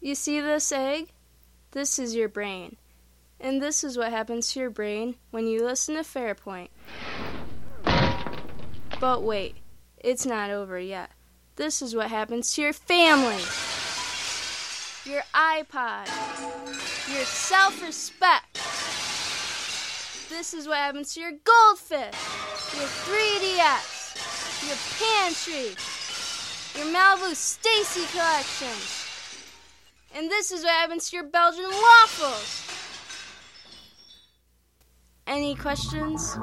You see this egg? This is your brain. And this is what happens to your brain when you listen to Fairpoint. But wait, it's not over yet. This is what happens to your family, your iPod, your self respect. This is what happens to your goldfish, your 3DS, your pantry, your Malibu Stacy collection. And this is what happens to your Belgian waffles. Any questions?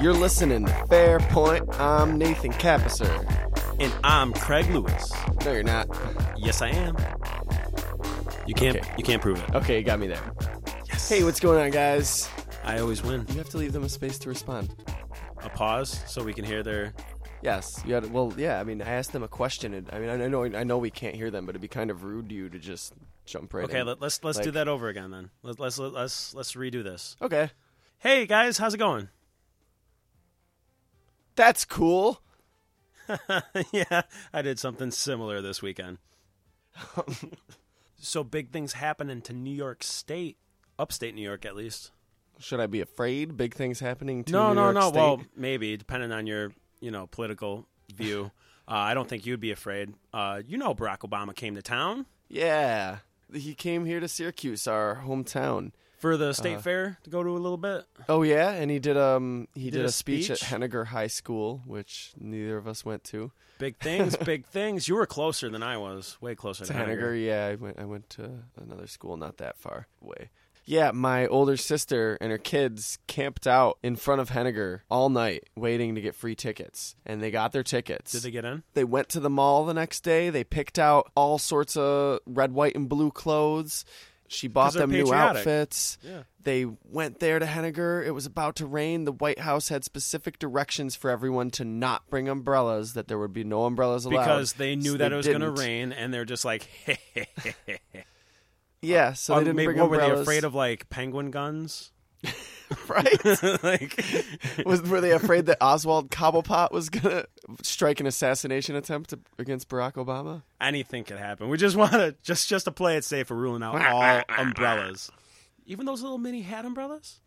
You're listening to Fair Point. I'm Nathan Capisser. And I'm Craig Lewis. No, you're not. Yes, I am. You can't. Okay. You can't prove it. Okay, you got me there. Yes. Hey, what's going on, guys? I always win. You have to leave them a space to respond. A pause so we can hear their. Yes, you had. Well, yeah. I mean, I asked them a question. And, I mean, I know, I know we can't hear them, but it'd be kind of rude to you to just jump right. Okay, in. let, let's let's do Like- that over again then. Let, let's let's let's redo this. Okay, Hey guys, how's it going? that's cool. yeah, I did something similar this weekend. so big things happening to New York State, upstate New York at least. Should I be afraid? Big things happening to no, New no, York no. State? Well, maybe depending on your you know political view. uh, I don't think you'd be afraid. Uh, you know, Barack Obama came to town yeah. He came here to Syracuse, our hometown. for the state fair to go to a little bit. Oh yeah, and he did um he, did, did a a speech, speech? at Henniger High School, which neither of us went to. Big things, big things. You were closer than I was. Way closer To than Henniger, yeah, I went I went to another school not that far away. Yeah, my older sister and her kids camped out in front of Henniger all night waiting to get free tickets, and they got their tickets. Did they get in? They went to the mall the next day. They picked out all sorts of red, white, and blue clothes. She bought 'Cause they're them new patriotic. outfits. Yeah. They went there to Henniger. It was about to rain. The White House had specific directions for everyone to not bring umbrellas, that there would be no umbrellas allowed. Because they knew So that they it was going to didn't. rain, and they're just like, hey, Yeah, so they didn't maybe, bring Um, what, were umbrellas. they afraid of like penguin guns? Right? like, was, were they afraid that Oswald Cobblepot was going to strike an assassination attempt against Barack Obama? anything could happen. We just want to just just to play it safe. We're ruling out all umbrellas, even those little mini hat umbrellas.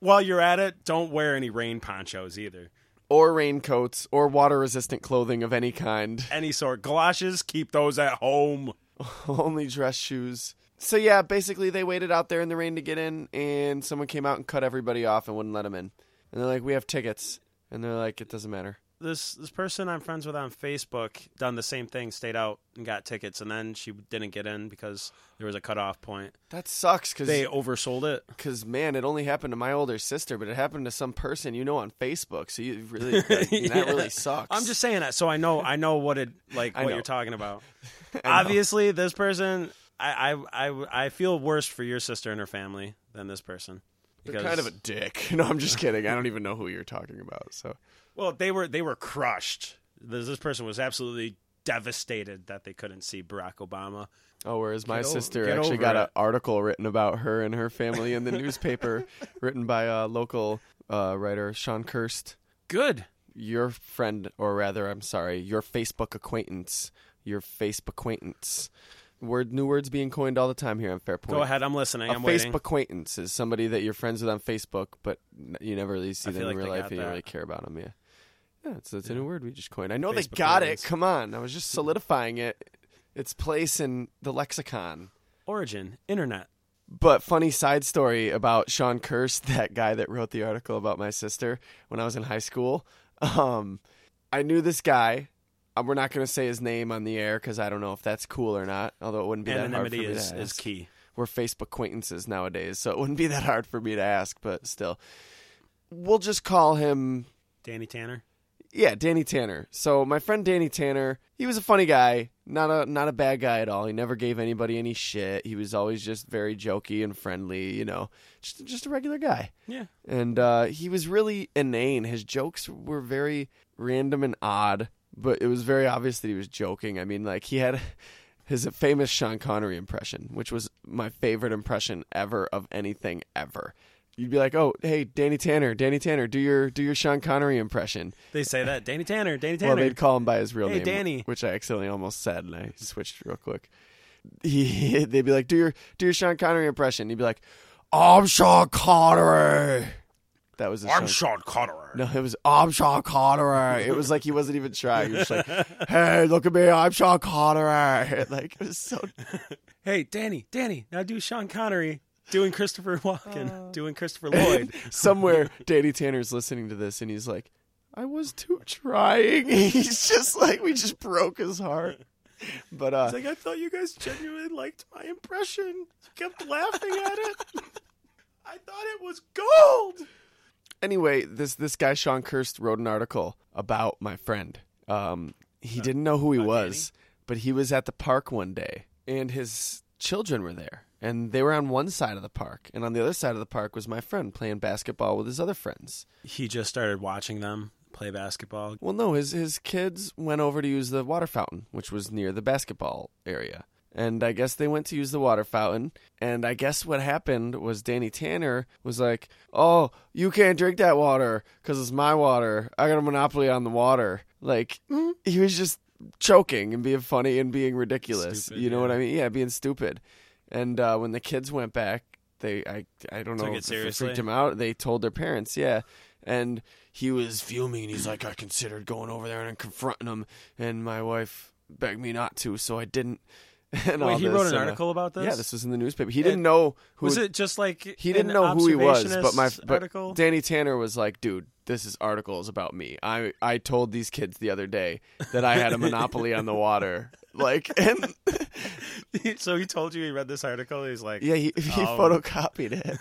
While you're at it, don't wear any rain ponchos either. Or raincoats, or water-resistant clothing of any kind. Any sort galoshes, keep those at home. only dress shoes. So yeah, basically they waited out there in the rain to get in, and someone came out and cut everybody off and wouldn't let them in. And they're like, "We have tickets," and they're like, "It doesn't matter." This this person I'm friends with on Facebook done the same thing, stayed out and got tickets, and then she didn't get in because there was a cutoff point. That sucks because They oversold it. man, it only happened to my older sister, but it happened to some person you know on Facebook. So you really like, that Yeah. really sucks. I'm just saying that so I know I know what it like I what know. you're talking about. know. Obviously, this person I, I I I feel worse for your sister and her family than this person. They're kind of a dick. No, I'm just kidding. I don't even know who you're talking about. So well, they were they were crushed. This, this person was absolutely devastated that they couldn't see Barack Obama. Oh, whereas my Get o- sister get actually over got it. an article written about her and her family in the newspaper, written by a local uh, writer, Sean Kirst. Good. Your friend, or rather, I'm sorry, your Facebook acquaintance, your Facebook acquaintance. Word, new words being coined all the time here on Fairpoint. Go ahead, I'm listening. A Facebook i I'm waiting. acquaintance is somebody that you're friends with on Facebook, but n- you never really see I them feel in like real they life, got and you don't that. really care about them. Yeah, yeah. It's, it's a new word we just coined. I know they Facebook got acquaintance. it. Come on, I was just solidifying it. Its place in the lexicon. Origin, internet. But funny side story about Sean Kirst, that guy that wrote the article about my sister when I was in high school. Um, I knew this guy. Uh, We're not going to say his name on the air because I don't know if that's cool or not. Although it wouldn't be that hard for Anonymity me to is, is ask. key. We're Facebook acquaintances nowadays, so it wouldn't be that hard for me to ask. But still, we'll just call him Danny Tanner. yeah, Danny Tanner. So my friend Danny Tanner, he was a funny guy, not a not a bad guy at all. He never gave anybody any shit. He was always just very jokey and friendly, you know, just just a regular guy. Yeah. And uh, he was really inane. His jokes were very random and odd, but it was very obvious that he was joking. I mean, like he had his famous Sean Connery impression, which was my favorite impression ever of anything ever. You'd be like, "Oh, hey, Danny Tanner, Danny Tanner, do your do your Sean Connery impression." They say that. Danny Tanner. Danny Tanner. Well, they'd call him by his real Hey, name, Danny. which I accidentally almost said, and I switched real quick. He, they'd be like, "Do your do your Sean Connery impression." He'd be like, "I'm Sean Connery." That was his. Sean- Sean Connery. no, it was I'm Sean Connery. It was like he wasn't even trying. He was just like, "Hey, look at me, I'm Sean Connery." Like it was so. Hey, Danny. Danny. Now do Sean Connery doing Christopher Walken, doing Christopher Lloyd. Somewhere, Danny Tanner's listening to this, and he's like, "I was too trying." He's just like, we just broke his heart. But uh, It's like I thought you guys genuinely liked my impression. You kept laughing at it. I thought it was gold. anyway, this this guy Sean Kirst wrote an article about my friend. Um, he didn't know who he was, but he was at the park one day, and his children were there, and they were on one side of the park, and on the other side of the park was my friend playing basketball with his other friends. He just started watching them play basketball. Well, no, his his kids went over to use the water fountain, which was near the basketball area. And I guess they went to use the water fountain. And I guess what happened was Danny Tanner was like, "Oh, you can't drink that water because it's my water. I got a monopoly on the water." Like Mm-hmm. he was just choking and being funny and being ridiculous. Stupid, you know yeah. what I mean? Yeah, being stupid. And uh, when the kids went back, they I I don't Took know if it it freaked seriously. him out. They told their parents, yeah. And he was fuming. He's like, I considered going over there and confronting him, and my wife begged me not to, so I didn't. And all Wait, he this, wrote an and, uh, article about this. Yeah, this was in the newspaper. He didn't know who was it. Just like he an didn't know who he was, but my observationist but article. Danny Tanner was like, "Dude, this is article is about me. I I told these kids the other day that I had a monopoly on the water." Like, and so he told you he read this article. He's like, yeah, he, he Oh. photocopied it.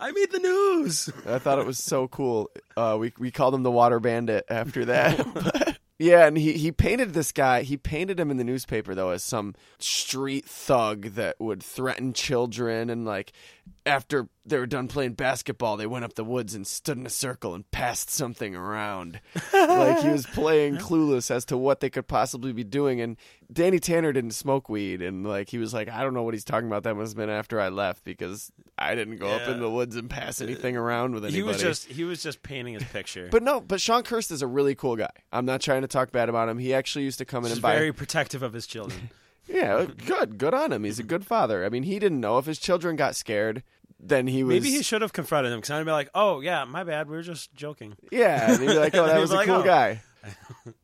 I made the news. I thought it was so cool. Uh, we we called him the Water Bandit after that. But- yeah, and he he painted this guy. He painted him in the newspaper though as some street thug that would threaten children and like after they were done playing basketball, they went up the woods and stood in a circle and passed something around. like he was playing clueless as to what they could possibly be doing. And Danny Tanner didn't smoke weed, and like he was like, I don't know what he's talking about. That must have been after I left because I didn't go up Yeah. Uh, in the woods and pass anything around with anybody. He was just he was just painting his picture. But no, but Sean Kirst is a really cool guy. I'm not trying to talk bad about him. He actually used to come in he's and buy. very protective of his children. Yeah, good, good on him. He's a good father. I mean, he didn't know if his children got scared, then he was. Maybe he should have confronted him because I'd be like, "Oh yeah, my bad. We were just joking." Yeah, and he'd be like, "Oh, that He'd was be a like, cool "Oh." guy."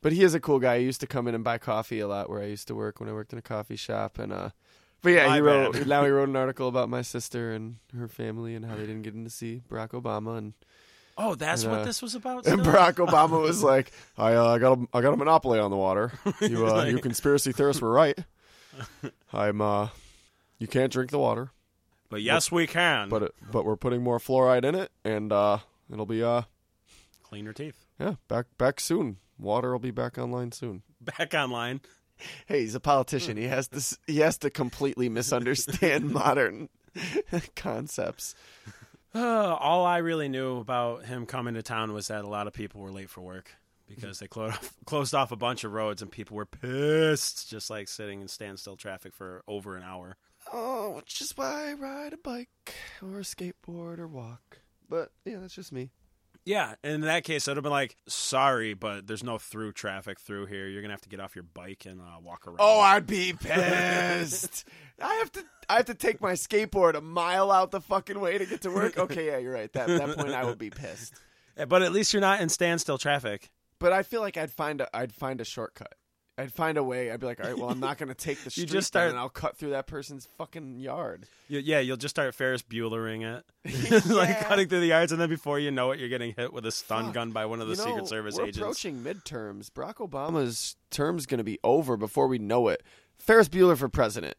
But he is a cool guy. He used to come in and buy coffee a lot where I used to work when I worked in a coffee shop, and uh. But yeah, My he wrote. bad. Now he wrote an article about my sister and her family and how they didn't get in to see Barack Obama, and, Oh, that's And, what uh, this was about. and still? Barack Obama was like, "I, uh, I got a, I got a monopoly on the water. You, uh, you conspiracy theorists were right. I'm, uh, you can't drink the water, But yes, we can. but it, but we're putting more fluoride in it, and uh, it'll be uh, clean your teeth. yeah, back back soon. Water will be back online soon." Back online. hey, he's a politician. He has this. He has to completely misunderstand modern concepts. Uh, all I really knew about him coming to town was that a lot of people were late for work because they closed off, closed off a bunch of roads and people were pissed, just like sitting in standstill traffic for over an hour. Oh, which is why I ride a bike or a skateboard or walk. But yeah, that's just me. Yeah, and in that case, I'd have been like, "Sorry, but there's no through traffic through here. You're gonna have to get off your bike and uh, walk around." Oh, I'd be pissed. I have to. I have to take my skateboard a mile out the fucking way to get to work. Okay, yeah, you're right. That that point, I would be pissed. Eh, but at least you're not in standstill traffic. But I feel like I'd find a. I'd find a shortcut. I'd find a way. I'd be like, all right, well, I'm not going to take the street, You you just just start- and I'll cut through that person's fucking yard. You, yeah, you'll just start Ferris Buellering it, like cutting through the yards, and then before you know it, you're getting hit with a stun Fuck. gun by one of the You Secret know, Service we're agents. approaching midterms. Barack Obama's term's going to be over before we know it. Ferris Bueller for president.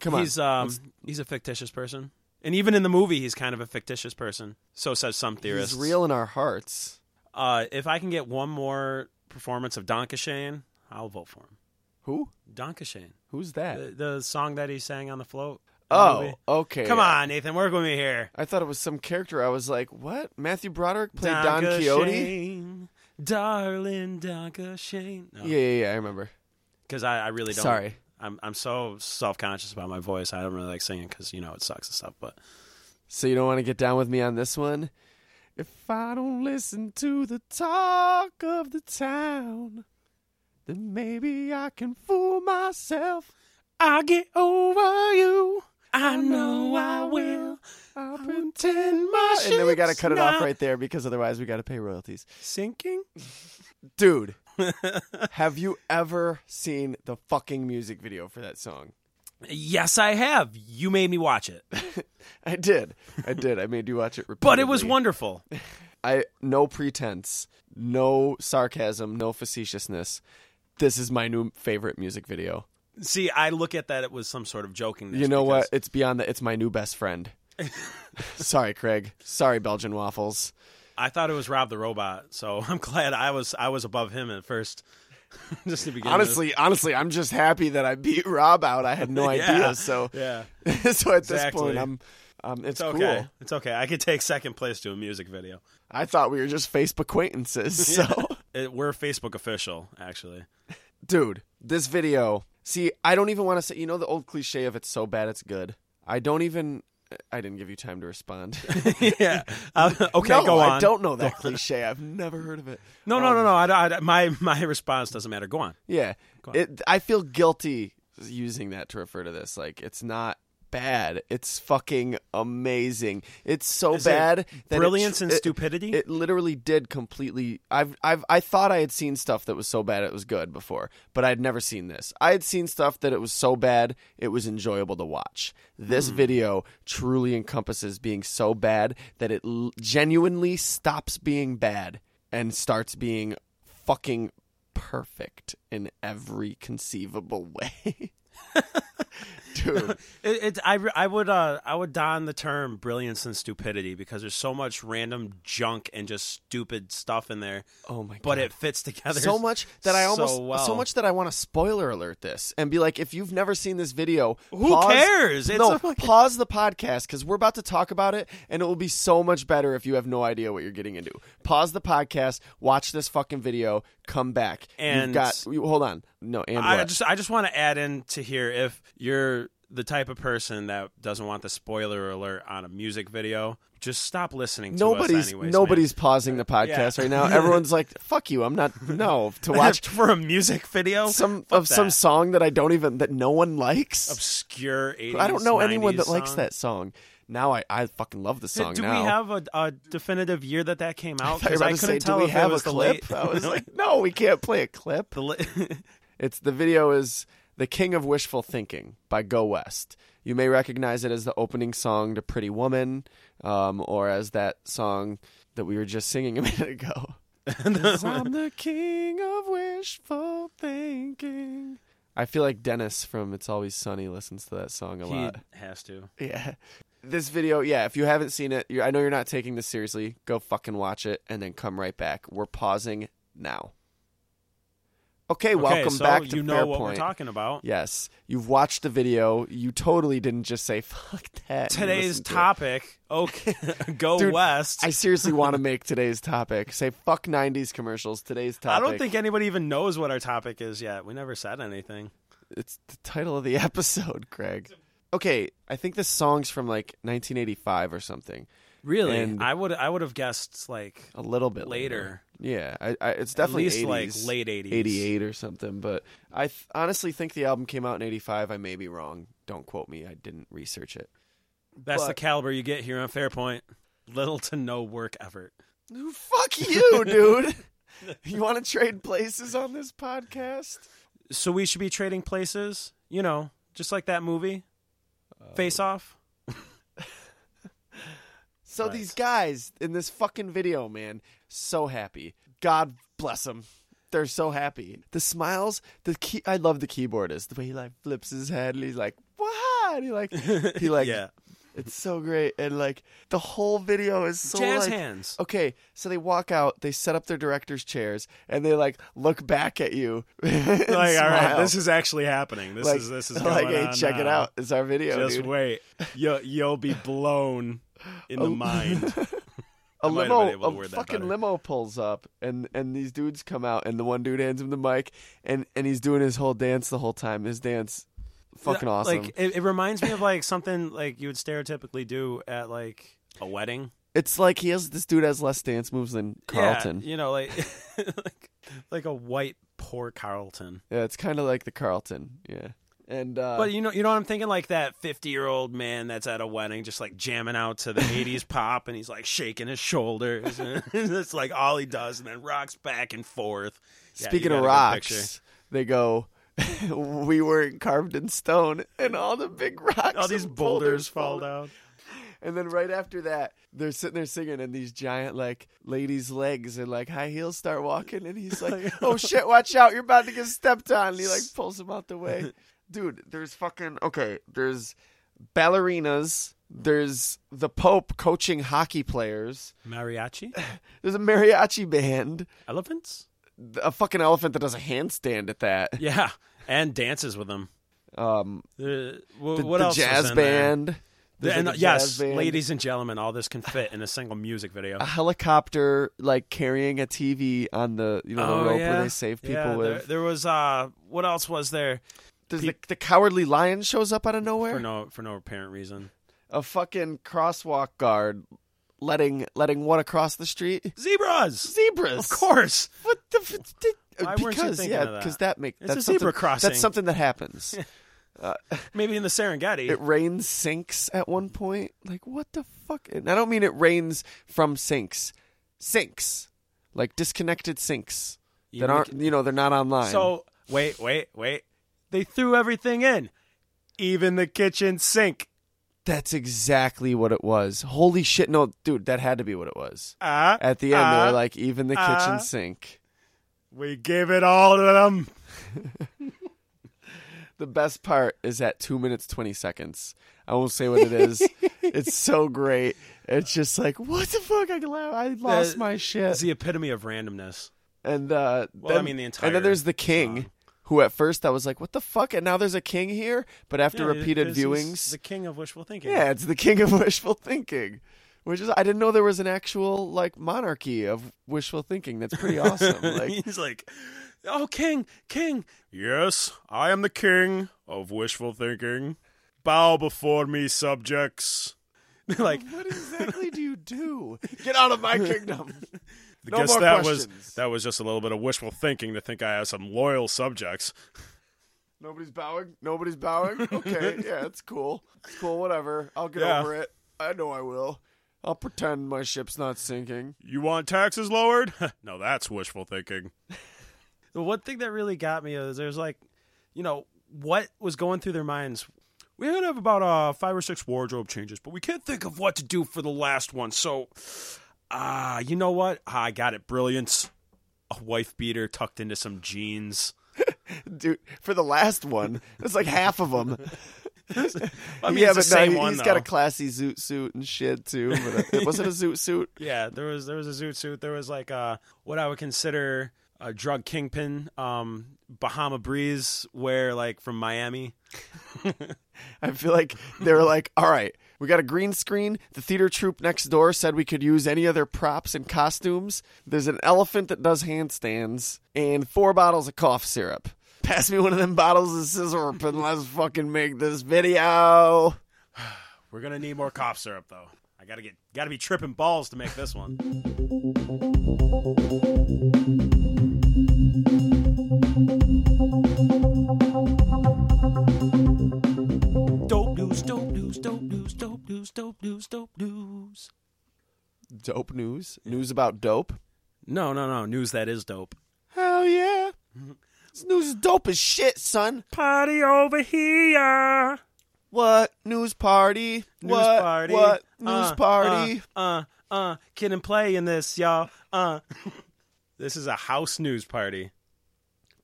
Come on. he's um, he's a fictitious person, and even in the movie, he's kind of a fictitious person. So says some theorists. He's real in our hearts. Uh, if I can get one more performance of Don Cashane, I'll vote for him. Who? Don Cashane, Who's that? the, the song that he sang on the float. the oh, movie. okay. come on, Nathan, work with me here. I thought it was some character. I was like, what? Matthew Broderick played Don, Donka Quixote? Shane, darling Don Cashane. No, Yeah, yeah, yeah. I remember. because I, I really don't. Sorry. I'm I'm so self conscious about my voice. I don't really like singing because you know it sucks and stuff. But So you don't want to get down with me on this one? If I don't listen to the talk of the town, then maybe I can fool myself. I'll get over you. I know I will. I'll pretend my And then we got to cut it off right there because otherwise we got to pay royalties. Sinking. Dude, have you ever seen the fucking music video for that song? Yes, I have. You made me watch it, I did. I did. I made you watch it repeatedly. but it was wonderful. I no pretense, no sarcasm, no facetiousness. This is my new favorite music video. See, I look at that. It was some sort of jokingness. you know what? because- It's beyond that. It's my new best friend. Sorry, Craig. Sorry, Belgian waffles. I thought it was Rob the Robot. So I'm glad I was I was above him at first. Just to begin. with. Honestly, honestly, I'm just happy that I beat Rob out. I had no Yeah. idea. So, yeah, so at this Exactly. point, I'm. Um, it's, it's okay. cool. It's okay. I could take second place to a music video. I thought we were just Facebook acquaintances. So. It, we're Facebook official, actually. dude this video see i don't even want to say you know the old cliche of it's so bad it's good i don't even i didn't give you time to respond yeah. Uh, okay, no, go on. i don't know that cliche i've never heard of it No, no, no, no. I, I, my my response doesn't matter. Go on. yeah Go on. it, i feel guilty using that to refer to this like it's not bad it's fucking amazing it's so Is it bad that it Brilliance tr- uh, and it- stupidity. It literally did completely. I've, I've, I thought I had seen stuff that was so bad it was good before, but I'd never seen this. I had seen stuff that it was so bad it was enjoyable to watch. This video truly encompasses being so bad that it l- genuinely stops being bad and starts being fucking perfect in every conceivable way. Dude, It, it, I, re- I would uh, I would don the term brilliance and stupidity because there's so much random junk and just stupid stuff in there, oh my god. but it fits together so much that I so almost well. so much that I want to spoiler alert this and be like, if you've never seen this video, Who pause- cares? It's no, a fucking- pause the podcast because we're about to talk about it, and it will be so much better if you have no idea what you're getting into. Pause the podcast, watch this fucking video, come back, And- you've got you- hold on, no, and I what? just I just want to add in to here if you're the type of person that doesn't want the spoiler alert on a music video, just stop listening to us nobody's anyways. man. Uh, nobody's pausing the podcast Yeah. right now. Everyone's like, fuck you, I'm not no to watch. for a music video Some Fuck of some that. song that I don't even that no one likes. obscure 80s I don't know anyone 90s that likes song. that song. Now I, I fucking love the Did- song do now. we have a, a definitive year that that came out? I was 'Cause about I to couldn't say, tell do we if have a it was the clip? late- I was like, no, we can't play a clip. the la- It's the video is "The King of Wishful Thinking" by Go West. You may recognize it as the opening song to "Pretty Woman," um, or as that song that we were just singing a minute ago. 'Cause I'm the king of wishful thinking. I feel like Dennis from "It's Always Sunny" listens to that song a he lot. has to. Yeah. This video, yeah, if you haven't seen it, you're, I know you're not taking this seriously. Go fucking watch it and then come right back. We're pausing now. Okay, welcome okay, so back to you know Fair what Point. we're talking about. yes, you've watched the video. You totally didn't just say fuck that. and Today's listen to it. topic. Okay, go Dude, west. I seriously want to make today's topic. Say fuck 90s commercials. Today's I topic. don't think anybody even knows what our topic is yet. We never said anything. it's the title of the episode, Craig. Okay, I think this song's from like 1985 or something. Really, And- I would I would have guessed like A little bit later. later, Yeah, I, I, it's at definitely least 80s, like late eighties. 88 or something. But I th- honestly think the album came out in 85. I may be wrong. Don't quote me. I didn't research it. That's the But- caliber you get here on Fairpoint. Little to no work effort. Fuck you, dude. you want to trade places on this podcast? So we should be trading places, you know, just like that movie, Uh, Face Off. So Right. these guys in this fucking video, man, so happy. God bless them. They're so happy. The smiles, the key. I love the keyboardist. The way he like flips his head and he's like, "What?" And he like, he like, yeah, it's so great. And like, the whole video is so jazz like, hands. Okay, so they walk out, they set up their director's chairs, and they like look back at you. like, Like, all right, this is actually happening. This like, is this is like, going hey, on check it now. out. It's our video. Just dude. wait, you you'll be blown in the Oh. mind. a I might have been able to limo, a word that fucking better. limo pulls up, and and these dudes come out, and the one dude hands him the mic, and and he's doing his whole dance the whole time. His dance, fucking Yeah, awesome. Like it, it reminds me of like something like you would stereotypically do at like a wedding. it's like he has this dude has less dance moves than Carlton. Yeah, you know, like, like like a white poor Carlton. Yeah, it's kind of like the Carlton. Yeah, and uh, But you know, you know what I'm thinking, like that 50 year old man that's at a wedding, just like jamming out to the 80s pop, and he's like shaking his shoulders. that's like all he does, and then rocks back and forth. Yeah, you speaking got of a good picture. rocks, they go. we weren't carved in stone, and all the big rocks, all these and boulders fall fall down. And then right after that, they're sitting there singing, and these giant like ladies' legs and like high heels start walking, and he's like, "Oh shit, watch out! You're about to get stepped on!" And he like pulls him out the way. Dude, there's fucking okay. There's ballerinas. There's the Pope coaching hockey players. Mariachi, There's a mariachi band. elephants, A fucking elephant that does a handstand at that. yeah, and dances with them. Um, The, wh- the, what the else? was jazz in there? band. The- There's, and, uh, like, a yes, jazz band. ladies and gentlemen, all this can fit in a single music video. a helicopter like carrying a TV on the you know the Oh, rope yeah. where they save people Yeah, there- with. There, was uh, what else was there There's the, the cowardly lion shows up out of for nowhere. no for no apparent reason? A fucking crosswalk guard letting letting one across the street. Zebras, Zebras, of course. What the? F- did, Why weren't you because thinking yeah, of that? because that makes It's that's a zebra something- crossing. That's something that happens. Maybe in the Serengeti. it rains sinks at one point. Like what the fuck? And I don't mean it rains from sinks, sinks, like disconnected sinks You that make aren't you know they're not online. So wait, wait, wait. They threw everything in, even the kitchen sink. That's exactly what it was. Holy shit! No, dude, that had to be what it was. Ah, At the end, they ah, were like, even the kitchen uh, sink. we gave it all to them. The best part is at two minutes twenty seconds. I won't say what it is. it's so great. It's just like, what the fuck? I, la- I lost my It's shit. the epitome of randomness. And uh, Well, I then- mean, the And entire then there's the king, song. who at first I was like, what the fuck? And now there's a king here. But after Yeah, repeated this is viewings, the king of wishful thinking. yeah, it's the king of wishful thinking. Which is, I didn't know there was an actual like monarchy of wishful thinking. That's pretty awesome. Like, he's like, "Oh, king, king." Yes, I am the king of wishful thinking. Bow before me, subjects. like, what exactly do you do? Get out of my kingdom. No guess more that was questions. that was just a little bit of wishful thinking to think I have some loyal subjects. Nobody's bowing. Nobody's bowing. Okay, yeah, it's cool. It's cool. Whatever. I'll get Yeah. over it. I know I will. I'll pretend my ship's not sinking. You want taxes lowered? no, that's wishful thinking. the one thing that really got me is there's like, you know, what was going through their minds. We're gonna have about uh, five or six wardrobe changes, but we can't think of what to do for the last one. So, ah, you know what? Ah, I got it. Brilliance. A wife beater tucked into some jeans. Dude, for the last one, it's like half of them. I mean, yeah, but it's the same no, he- one. he's got a though. classy zoot suit and shit too. But it wasn't a zoot suit. Yeah, there was there was a zoot suit. There was like uh what I would consider a drug kingpin, um, Bahama Breeze, where like from Miami. I feel like they were like, all right, we got a green screen. The theater troupe next door said we could use any other props and costumes. There's an elephant that does handstands and four bottles of cough syrup. Pass me one of them bottles of scissor and let's fucking make this video. We're gonna need more cough syrup though. I gotta get gotta be tripping balls to make this one. dope news, dope news, dope news, dope news, dope news, dope news. Dope news. News about dope. No, no, no, news that is dope. Hell yeah. This news is dope as shit, son. Party over here. What news party? News what party. what news Uh, party? Uh, uh, uh, kid and play in this, y'all. Uh. this is a house news party.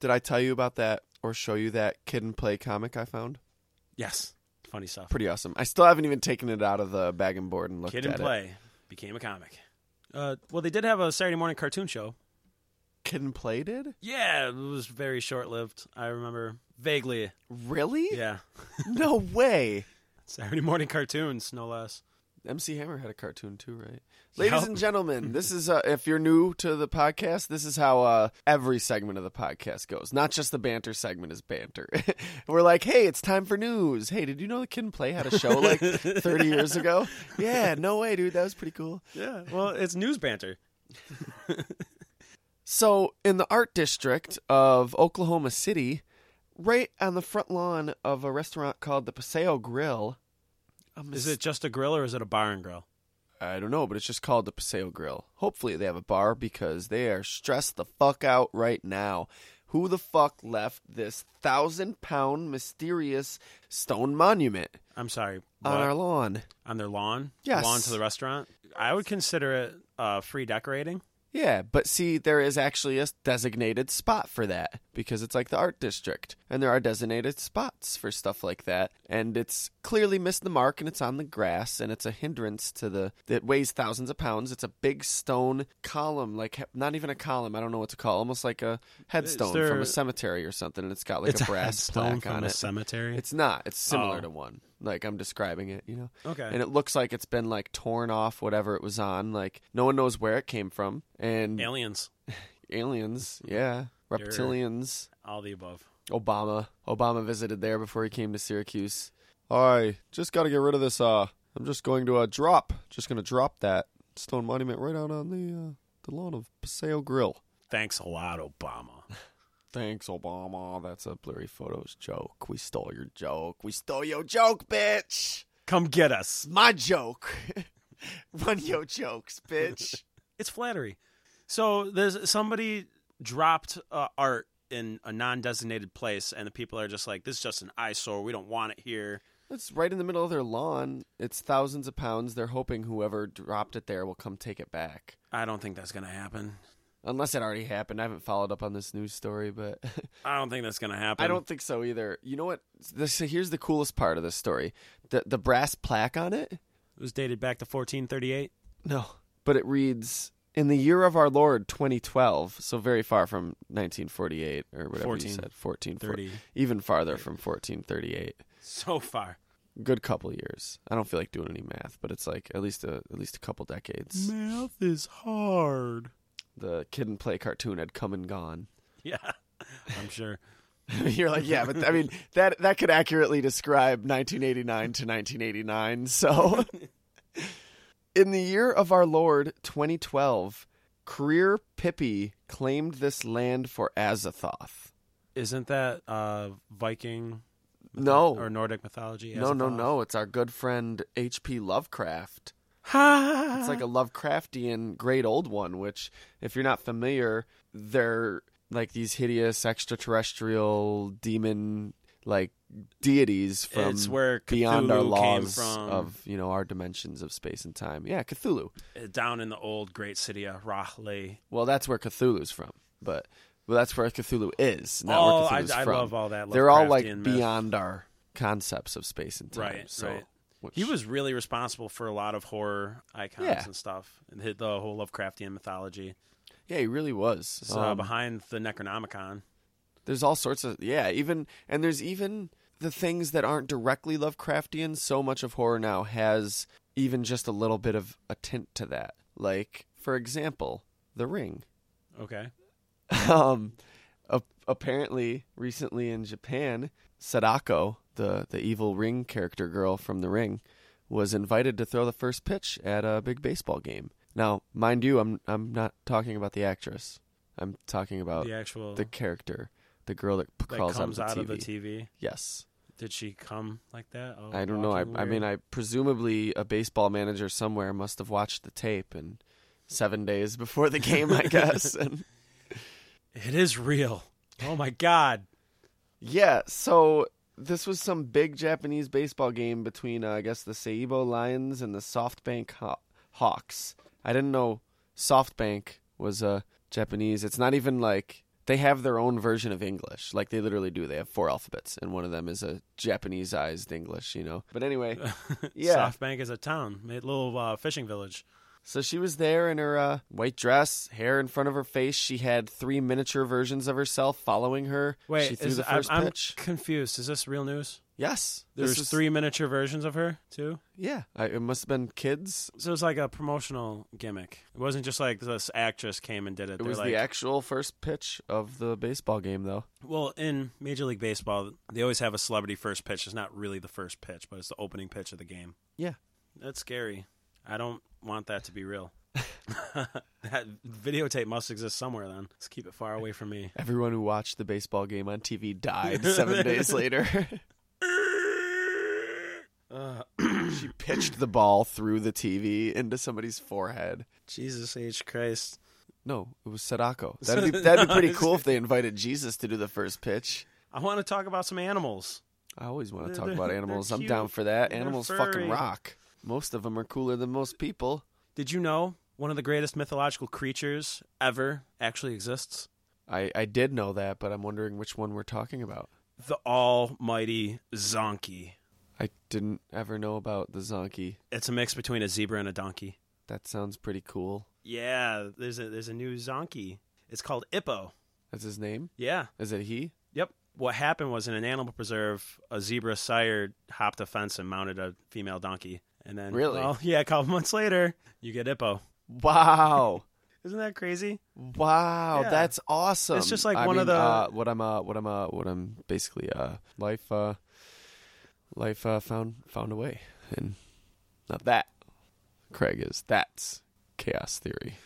Did I tell you about that or show you that kid and play comic I found? Yes. Funny stuff. Pretty awesome. I still haven't even taken it out of the bag and board and looked Kid at and play became a comic. Uh, well, they did have a Saturday morning cartoon show. it. Kid and play did? Yeah, it was very short lived. I remember vaguely. Really? Yeah, No way. Saturday morning cartoons, no less. MC Hammer had a cartoon too, right? Ladies Yup. and gentlemen, this is uh, if you're new to the podcast, this is how uh, every segment of the podcast goes. Not just the banter segment is banter. We're like, hey, it's time for news. Hey, did you know the Kid and Play had a show like 30 years ago? Yeah, no way, dude. That was pretty cool. Yeah, well, it's news banter. So, in the art district of Oklahoma City, right on the front lawn of a restaurant called the Paseo Grill, a Is it just a grill or is it a bar and grill? I don't know, but it's just called the Paseo Grill. Hopefully they have a bar because they are stressed the fuck out right now. Who the fuck left this thousand pound mysterious stone monument I'm sorry, on what? our lawn? on their lawn. Yes. lawn to the restaurant. I would consider it uh, free decorating. Yeah, but see, there is actually a designated spot for that because it's like the art district, and there are designated spots for stuff like that. And it's clearly missed the mark, and it's on the grass, and it's a hindrance to the. It weighs thousands of pounds. It's a big stone column, like he- not even a column. I don't know what to call, it, almost like a headstone there- from a cemetery or something, and it's got like it's a brass headstone plaque from on a it. cemetery. It's not. It's similar Oh. to one. Like I'm describing it, you know okay. and it looks like it's been like torn off whatever it was on like no one knows where it came from and Aliens, aliens yeah reptilians all the above. obama obama visited there before he came to syracuse i just gotta get rid of this uh i'm just going to uh drop just gonna drop that stone monument right out on the uh the lawn of paseo grill Thanks a lot, Obama. thanks obama that's a blurry photos joke we stole your joke we stole your joke bitch Come get us. my joke run your jokes bitch It's flattery. So there's somebody dropped uh, art in a non-designated place, and the people are just like, "This is just an eyesore. We don't want it here." It's right in the middle of their lawn. It's thousands of pounds. They're hoping whoever dropped it there will come take it back. I don't think that's gonna happen. Unless it already happened. I haven't followed up on this news story, but I don't think that's gonna happen. I don't think so either. You know what? This, here's the coolest part of this story the, the brass plaque on it. It was dated back to 1438. No. But it reads In the year of our Lord 2012, so very far from 1948 or whatever Fourteen. you said, 14, 30. even farther from 1438. So far. Good couple years. I don't feel like doing any math, but it's like at least a at least a couple decades. Math is hard. the kid and play cartoon had come and gone. Yeah, I'm sure. You're like, yeah, but I mean that that could accurately describe 1989 to 1989. So, in the year of our Lord 2012, Career Pippi claimed this land for Azathoth. Isn't that uh, Viking? mytho- No. Or Nordic mythology? No, no, no! It's our good friend H.P. Lovecraft. Ha! It's like a Lovecraftian great old one, which, if you're not familiar, they're like these hideous extraterrestrial demon like deities from It's where Cthulhu beyond our laws came from. of you know our dimensions of space and time. Yeah, Cthulhu. uh, down in the old great city of Rahle. Well, that's where Cthulhu's from, but well, that's where Cthulhu is. Not Oh, where I, Cthulhu's I from. love all that. they're all like Lovecraftian myth. beyond our concepts of space and time. Right, so right. which- He was really responsible for a lot of horror icons Yeah. and stuff, and hit the whole Lovecraftian mythology. yeah, he really was. It's, uh, Um, behind the Necronomicon. There's all sorts of yeah, even and there's even the things that aren't directly Lovecraftian. So much of horror now has even just a little bit of a tint to that. Like for example, The Ring. Okay. um, a- apparently recently in Japan, Sadako, the the evil ring character girl from The Ring, was invited to throw the first pitch at a big baseball game. Now, mind you, I'm I'm not talking about the actress. I'm talking about the actual Oh, the character, the girl that p- that crawls comes out, out of, the of the TV. TV. Yes, Did she come like that? Oh, I don't know. I, walking I weird? mean, I presumably a baseball manager somewhere must have watched the tape and seven days before the game, I guess. And It is real. Oh my god. Yeah, so this was some big Japanese baseball game between, uh, I guess, the Seibo Lions and the SoftBank Haw- Hawks. I didn't know SoftBank was uh, Japanese. It's not even like they have their own version of English. Like they literally do. They have four alphabets, and one of them is a Japanese-ized English, you know. But anyway, yeah. SoftBank is a town, a little uh, fishing village. So she was there in her uh, white dress, hair in front of her face. She had three miniature versions of herself following her. Wait, she threw is- the 1st I'm, I'm pitch. confused. Is this real news? yes, this There's is- three miniature versions of her too. Yeah, I, it must have been kids. So it was like a promotional gimmick. It wasn't just like this actress came and did it. It was They're the like, actual first pitch of the baseball game, though. Well, in Major League Baseball, they always have a celebrity first pitch. It's not really the first pitch, but it's the opening pitch of the game. Yeah. That's scary. I don't want that to be real. that videotape must exist somewhere then. Let's keep it far away from me. Everyone who watched the baseball game on TV died seven days later. Uh, she pitched the ball through the TV into somebody's forehead. Jesus H. Christ. No, it was Sadako. That'd be, that'd be No, pretty it's- cool if they invited Jesus to do the first pitch. I want to talk about some animals. I always want to They're- talk they're- about they're animals. I'm cute. down for that. They're Animals fucking furry. rock. Most of them are cooler than most people. Did you know one of the greatest mythological creatures ever actually exists? I, I did know that, but I'm wondering which one we're talking about. The almighty Zonky. I didn't ever know about the Zonky. It's a mix between a zebra and a donkey. That sounds pretty cool. Yeah, there's a there's a new Zonky. It's called Ippo. That's his name? Yeah. Is it he? Yep. What happened was in an animal preserve, a zebra sire hopped a fence and mounted a female donkey. And then Really? well, yeah, a couple months later, you get Ippo. Wow. Isn't that crazy? Wow, Yeah. that's awesome. It's just like I one of mean, the- uh, what I'm uh what I'm uh what I'm basically uh life uh life uh found found a way. And not that. Craig is that's chaos theory.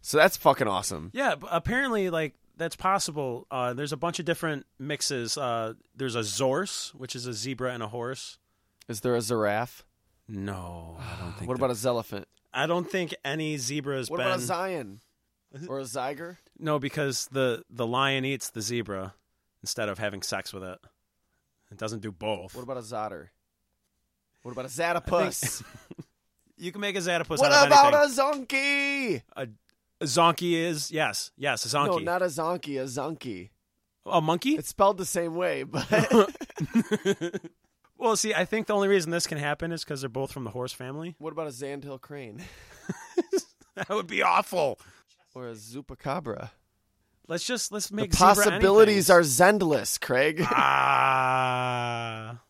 So that's fucking awesome. Yeah, but apparently like that's possible. Uh, there's a bunch of different mixes. Uh, there's a zorse, which is a zebra and a horse. Is there a giraffe? No, I don't think. What about a zelephant? I I don't think any zebra has What been. about a zion? Or a zyger? No, because the the lion eats the zebra instead of having sex with it. It doesn't do both. What about a zotter? What about a I think- platypus? you can make a platypus What out of about anything. a zonkey? A zonky is yes, yes, a No, zonky. not a zonkey, a zonkey. a monkey. It's spelled the same way, but well, see, I think the only reason this can happen is because they're both from the horse family. what about a Zandhill crane That would be awful. or a Zupacabra? Let's just let's The make zebra possibilities anything. are zendless, Craig. ah.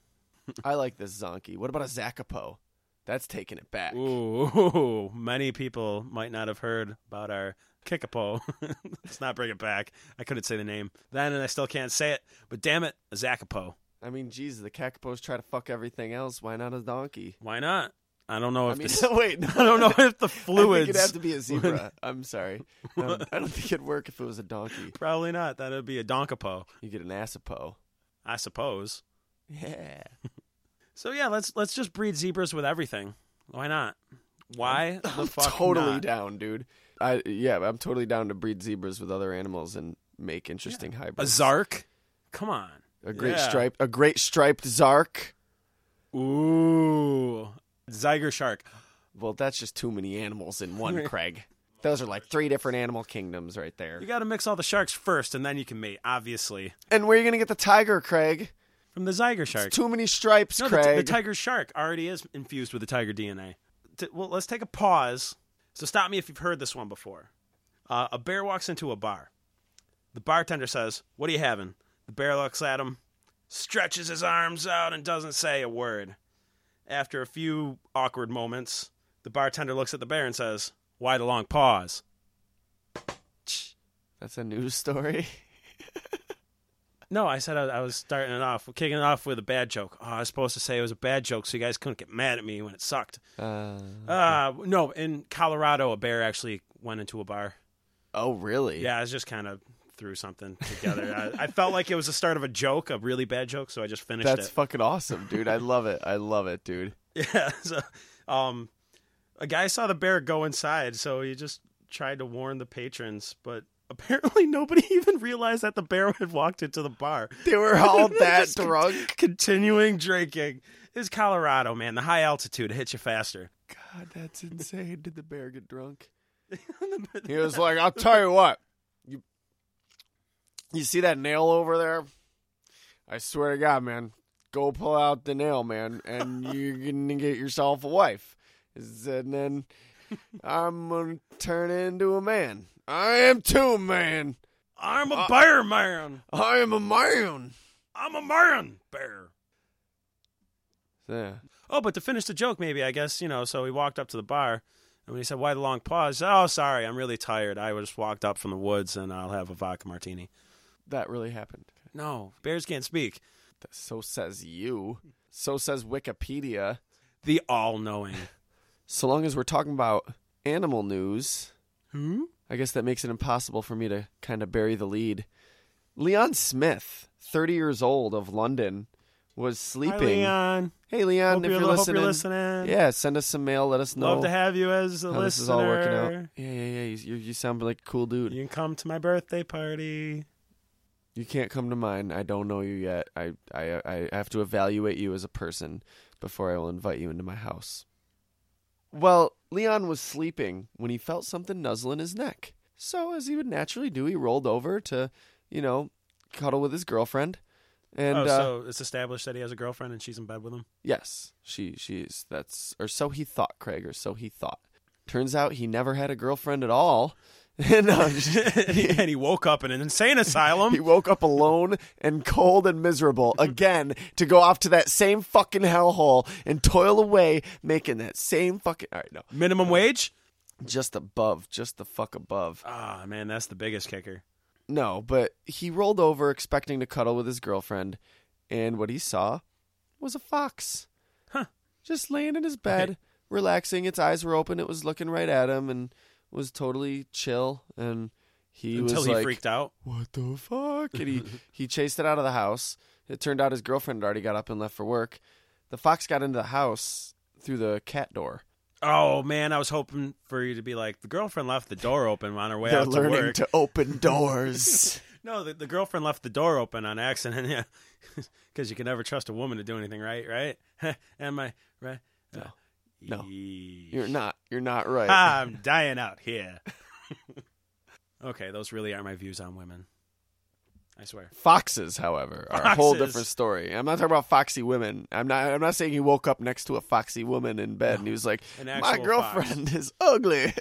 I like this Zonky. What about a Zacapo? That's taking it back. Ooh, many people might not have heard about our Kickapo. Let's not bring it back. I couldn't say the name then, and I still can't say it. But damn it, a Zacapo. I mean, geez, the Kakapos try to fuck everything else. Why not a donkey? Why not? I don't know I if mean, this, wait, no, I don't know if the I think it'd have fluids. to be a zebra. I'm sorry. Um, I don't think it'd work if it was a donkey. Probably not. That'd be a Donkapo, You get an Asapo. I suppose. Yeah. So yeah, let's let's just breed zebras with everything. Why not? Why the fuck totally not? down, dude. I yeah, I'm totally down to breed zebras with other animals and make interesting A hybrids. Zark? Come on. A great Yeah. stripe, a great striped zark. Ooh, Zyger shark. Well, that's just too many animals in one, Craig. Those are like three different animal kingdoms right there. You got to mix all the sharks first, and then you can mate. Obviously, And where are you gonna get the tiger, Craig? from the Zyger shark. Too many stripes, No, the, Craig. the tiger shark already is infused with the tiger DNA. T- well, let's take a pause. So stop me if you've heard this one before. Uh, a bear walks into a bar. The bartender says, "What are you having?" The bear looks at him, stretches his arms out, and doesn't say a word. After a few awkward moments, the bartender looks at the bear and says, "Why the long pause?" that's a news story. No, I said I, I was starting it off, kicking it off with a bad joke. Oh, I was supposed to say it was a bad joke, so you guys couldn't get mad at me when it sucked. Uh, Uh, no, in Colorado, a bear actually went into a bar. oh, really? Yeah, I was just kind of threw something together. I, I felt like it was the start of a joke, a really bad joke, so I just finished That's it. fucking awesome, dude. I love it. I love it, dude. yeah. So, um, a guy saw the bear go inside, so he just tried to warn the patrons, but Apparently, nobody even realized that the barrel had walked into the bar. They were all They're that just con- drunk. Continuing drinking. It's Colorado, man. The high altitude hits you faster. God, that's insane. Did the bear get drunk? He was like, I'll tell you what. You, you see that nail over there? I swear to God, man. Go pull out the nail, man, and you're going to get yourself a wife. And then I'm going to turn into a man. I am too, man. I'm Uh, a bear man. I am a man. I'm a man bear. Yeah. Oh, but to finish the joke, maybe I guess you know. So he walked up to the bar, and when he said, "Why the long pause?" Oh, sorry, I'm really tired. I just walked up from the woods, and I'll have a vodka martini. That really happened. No, bears can't speak. That- So says you. So says Wikipedia. The all-knowing. So long as we're talking about animal news, Who? I guess that makes it impossible for me to kind of bury the lead. Leon Smith, 30 years old of London, was sleeping. Hi, Leon. Hey, Leon, Hope if you're- you're, hope listening, you're listening. yeah, send us some mail. Let us know Love to have you as a how listener. this is all working out. Yeah, yeah, yeah. You, you, you sound like a cool dude. You can come to my birthday party. You can't come to mine. I don't know you yet. I, I, I have to evaluate you as a person before I will invite you into my house. Well, Leon was sleeping when he felt something nuzzle in his neck. So, as he would naturally do, he rolled over to, you know, cuddle with his girlfriend. And oh, uh, so it's established that he has a girlfriend and she's in bed with him. yes, she she's that's or so he thought, Craig, or so he thought. Turns out he never had a girlfriend at all. and uh, and, he, and he woke up in an insane asylum. He woke up alone and cold and miserable again to go off to that same fucking hellhole and toil away making that same fucking. All right, no. Minimum wage? Just above. Just the fuck above. Ah, man, that's the biggest kicker. No, but he rolled over expecting to cuddle with his girlfriend, and what he saw was a fox. Huh. Just laying in his bed, Right. relaxing. Its eyes were open. It was looking right at him and was totally chill. And he Until was he like, freaked out. what the fuck? And he, he chased it out of the house. It turned out his girlfriend had already got up and left for work. The fox got into the house through the cat door. Oh man, I was hoping for you to be like the girlfriend left the door open on her way They're out to learning work. to open doors. No, the, the girlfriend left the door open on accident. Yeah, because you can never trust a woman to do anything right, right? Am I right? Uh, No, No. you're not. You're not right. I'm dying out here. okay, those really are my views on women. I swear. Foxes, however, are a whole Foxes. different story. I'm not talking about foxy women. I'm not. I'm not saying he woke up next to a foxy woman in bed and he was like, An "My actual girlfriend is ugly.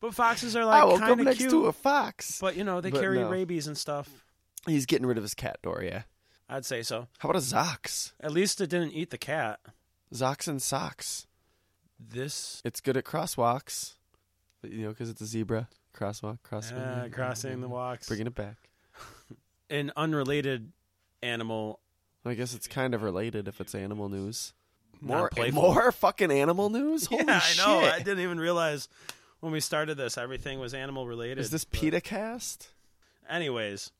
But foxes are I like woke up kind of Ah, next cute, to a fox." but you know they But carry no. rabies and stuff. He's getting rid of his cat door. Yeah. I'd say so. How about a zox? At least it didn't eat the cat. Zox and socks. This It's good at crosswalks, But, you know, because it's a zebra crosswalk, crosswalk. uh, crossing the walks. Bringing it back. An unrelated animal. I guess it's kind of related if it's animal news. Not More, playful. more fucking animal news. Holy yeah, shit! I know. I didn't even realize when we started this everything was animal related. Is this but- PETAcast? Anyways,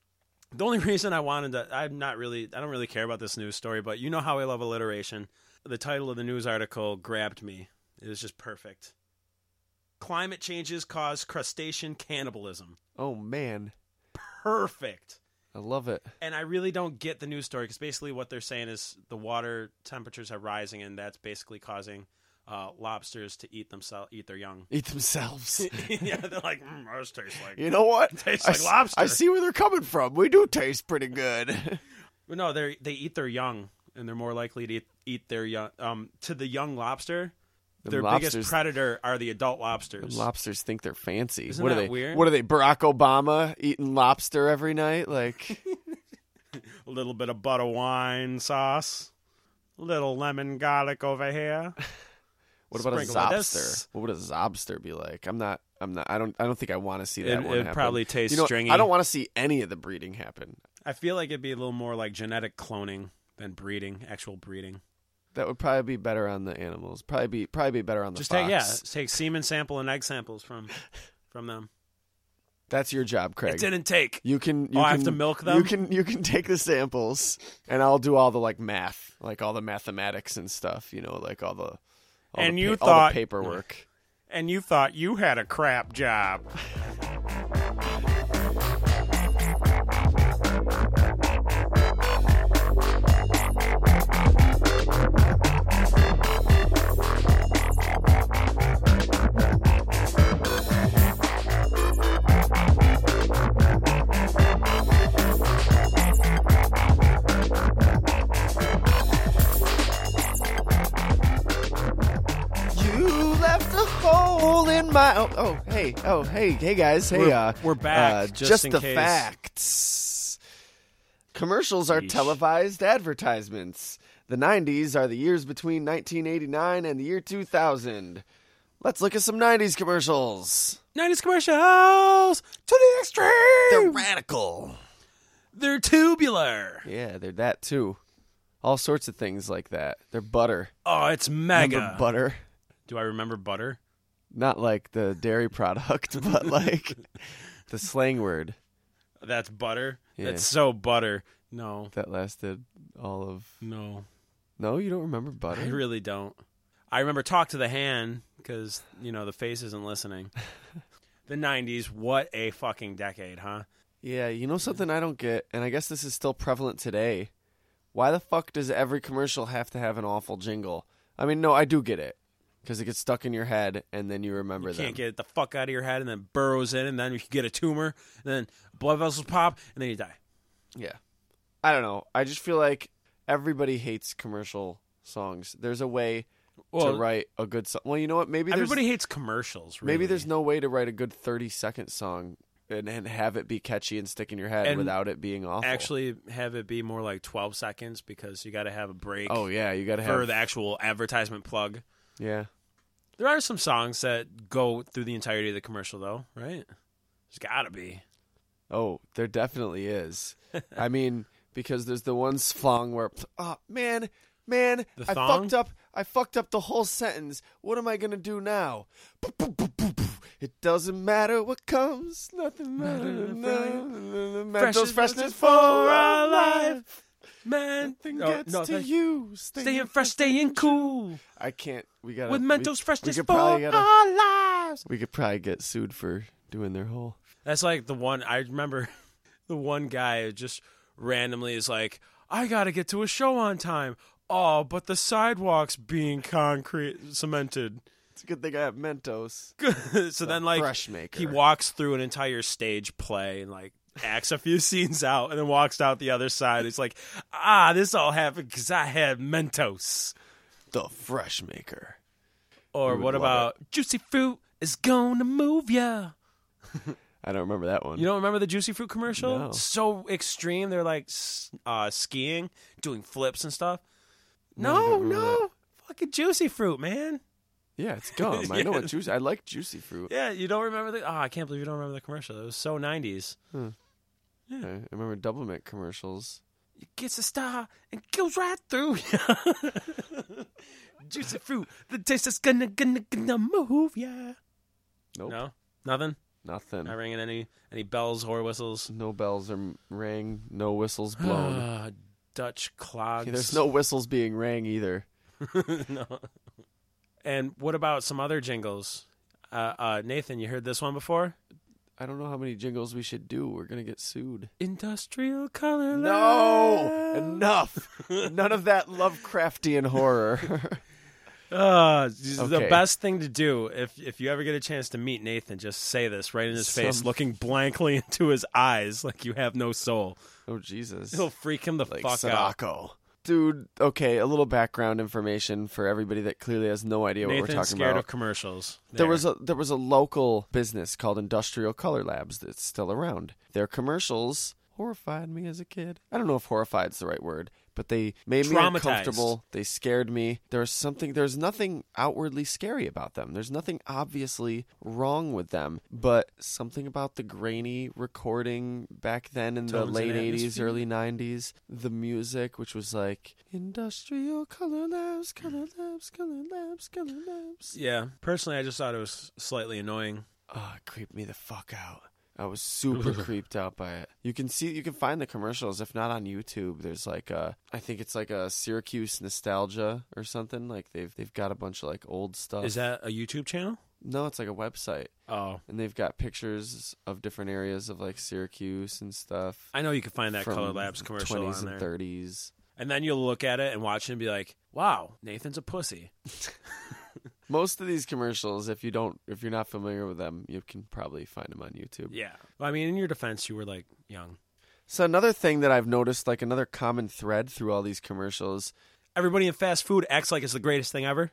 the only reason I wanted to, I'm not really, I don't really care about this news story, but you know how I love alliteration. The title of the news article grabbed me. It was just perfect. Climate changes cause crustacean cannibalism. Oh man, Perfect. I love it. And I really don't get the news story because basically what they're saying is the water temperatures are rising, and that's basically causing uh, lobsters to eat themselves, eat their young. Eat themselves. yeah, they're like, mm, ours tastes like you know what? Tastes I like s- lobster. I see where they're coming from. We do taste pretty good. Well, No, they they eat their young, and they're more likely to eat, eat their young. Um, to the young lobster, Them their lobsters- biggest predator are the adult Them lobsters. lobsters think they're fancy. Isn't what are that they? weird? What are they? Barack Obama eating lobster every night? Like, a little bit of butter wine sauce, little lemon garlic over here. What about a Sprinkle my zobster? dust. What would a zobster be like? I'm not. I'm not. I don't. I don't think I want to see that It- one. it'd happen. probably taste you know, stringy. I don't want to see any of the breeding happen. I feel like it'd be a little more like genetic cloning than breeding, actual breeding. That would probably be better on the animals. Probably be probably be better on the Just fox. take yeah, take semen sample and egg samples from from them. That's your job, It Craig. didn't take. You can. You Oh, I have can, to milk You them? can. You can take the samples, and I'll do all the like math, like all the mathematics and stuff. You know, like all the. All And the you pa- all the thought- paperwork. And you thought you had a crap job. left a hole in my. Oh, oh, hey, oh, hey, hey, guys, hey. We're- uh, we're back, uh, just in the case. facts. Commercials are Yeesh. televised advertisements. The '90s are the years between 1989 and the year 2000. Let's look at some '90s commercials. 90s commercials to the They're extreme. radical. They're tubular. Yeah, they're that too. All sorts of things like that. They're butter. Oh, it's Remember mega. butter. Do I remember butter? Not like the dairy product, but like the slang word That's butter. Yeah. That's so butter. No, that lasted all of. no, No, you don't remember I butter. really don't. I remember talk to the hand because you know the face isn't listening. the '90s, what a fucking decade, huh? Yeah, you know something I don't get, and I guess this is still prevalent today. Why the fuck does every commercial have to have an awful jingle? I mean, no, I do get it because it gets stuck in your head, and then you remember You them. can't get it the fuck out of your head, and then burrows in, and then you can get a tumor, and then blood vessels pop, and then you die. Yeah. I don't know. I just feel like everybody hates commercial songs. There's a way Well, to write a good song. Well, you know what? Maybe there's everybody hates commercials. Really. maybe there's no way to write a good 30 second song and, and have it be catchy and stick in your head And without it being awful. actually have it be more like 12 seconds because you got to have a break oh yeah, you got to for have the actual advertisement plug. yeah. There are some songs that go through the entirety of the commercial, though, right? There's got to be. Oh, there definitely is. I mean, because there's the one song where, oh man, man, The I thong? fucked up. I fucked up the whole sentence. What am I gonna do now? Boop, boop, boop, boop, boop. It doesn't matter what comes. Nothing matters. than Mental's freshness freshness for our life. Man, Nothing Oh, no, gets no, to thank- you. Stay Staying fresh, staying cool I can't. We gotta with we- Mentos freshness we could for probably gotta- our lives. We could probably get sued for doing their whole. That's like the one I remember. The one guy just randomly is like, "I gotta get to a show on time." Oh, but the sidewalks being concrete cemented. It's a good thing I have Mentos. so then like fresh maker. he walks through an entire stage play and like acts a few scenes out and then walks out the other side it's like ah this all happened because i had mentos the fresh maker. or We would what love about juicy fruit is gonna move ya I don't remember that one. you don't remember the juicy fruit commercial No. so extreme they're like s- uh, skiing doing flips and stuff No, I don't no no, remember that. fucking juicy fruit man Yeah, it's gum. I know Yeah. what juice. I like juicy fruit. yeah you don't remember the oh i can't believe you don't remember the commercial it was so 90s I I remember Double Mint commercials. gets a star and goes right through Juicy fruit, the taste is gonna gonna gonna move yeah. Nope, No, nothing. nothing. Not ringing any any bells or whistles. No bells are m- rang. No whistles blown. Ah, Dutch clogs. Okay, There's no whistles being rang either. no. And what about some other jingles? Uh, uh, Nathan, you heard this one before? I don't know how many jingles we should do. We're gonna get sued. Industrial color. No, lamp. enough. None of that Lovecraftian horror. Uh, this is The Okay. best thing to do if if you ever get a chance to meet Nathan, just say this right in his face, Some- looking blankly into his eyes, like you have no soul. oh Jesus. It'll freak him the fuck out. Dude, okay, a little background information for everybody that clearly has no idea what we're Nathan's talking scared about. of commercials. There was a there was a local business called Industrial Color Labs that's still around. Their commercials horrified me as a kid. I don't know if horrified's the right word, but they made me Traumatized. uncomfortable. They scared me. There's something there's nothing outwardly scary about them. There's nothing obviously wrong with them, but something about the grainy recording back then in the Tones and late 80s, atmosphere. early 90s, the music which was like Industrial Color Labs, Color Labs, Color Labs, Color Labs. yeah. Personally, I just thought it was slightly annoying. Oh, it creeped me the fuck out. I was super creeped out by it. You can see, you can find the commercials, if not on YouTube. There's like a, I think it's like a Syracuse nostalgia or something. Like they've they've got a bunch of like old stuff. Is that a YouTube channel? no? It's like a website, Oh, and they've got pictures of different areas of like Syracuse and stuff. I know you can find that from Color Labs the commercial 20s on and there, 30s. and then you'll look at it and watch it and be like, "Wow, Nathan's a pussy." Most of these commercials, if you don't, if you're not familiar with them, you can probably find them on YouTube. Yeah. Well, I mean, in your defense, you were like young. So another thing that I've noticed, like another common thread through all these commercials, Everybody in fast food acts like it's the greatest thing ever.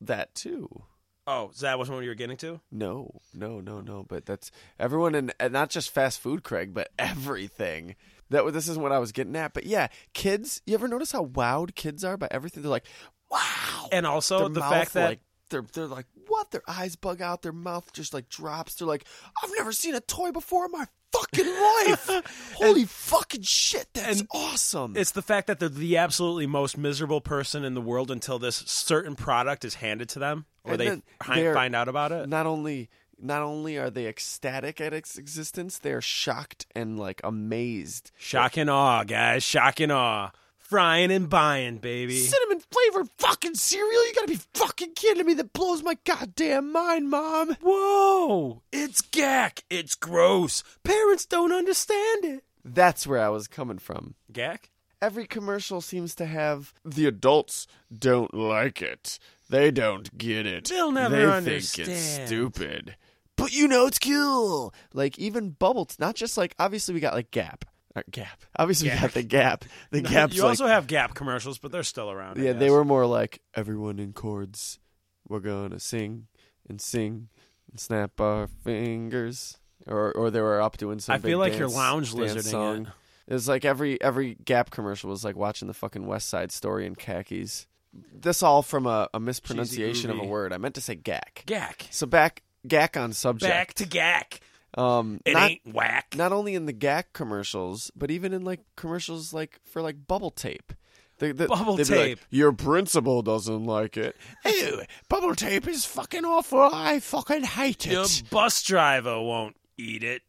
that too. Oh, is that what one you were getting to? No, no, no, no. But that's everyone in, and not just fast food, Craig, but everything. That was- this isn't what I was getting at. But yeah, kids. You ever notice how wowed kids are by everything? They're like, wow. And also Their the mouth, fact that like, they're they're like what? Their eyes bug out. Their mouth just like drops. They're like, I've never seen a toy before in my fucking life. Holy fucking shit! That's and awesome. it's the fact that they're the absolutely most miserable person in the world until this certain product is handed to them, or And they then hi- they're- find out about it. not only not only are they ecstatic at its existence, they're shocked and like amazed. Shock and awe, guys. Shock and awe. Frying and buying, baby. Cinnamon flavored fucking cereal? You gotta be fucking kidding me! That blows my goddamn mind, mom. Whoa! It's gack. It's gross. Parents don't understand it. That's where I was coming from. Gack? Every commercial seems to have the adults don't like it. They don't get it. They'll never they think it's understand." stupid. But you know it's cool. Like even bubble, t- not just like obviously we got like Gap, Uh, Gap. Obviously we got the Gap. The Gap's you like also have Gap commercials, but they're still around. I Yeah, they guess. were more like everyone in chords. We're gonna sing and sing and snap our fingers, or or they were up doing some. I feel big like you're dance- lounge dance lizarding song. it. It was like every every Gap commercial was like watching the fucking West Side Story in khakis. This all from a, a mispronunciation of a groovy. word. I meant to say gack. Gack. So back gack on subject. Back to gack. Um, It not ain't whack. not only in the GAC commercials, but even in like commercials like for like bubble tape. They, they, Bubble they'd be like, tape. Your principal doesn't like it. Ew, bubble tape is fucking awful. I fucking hate Your it. bus driver won't eat it.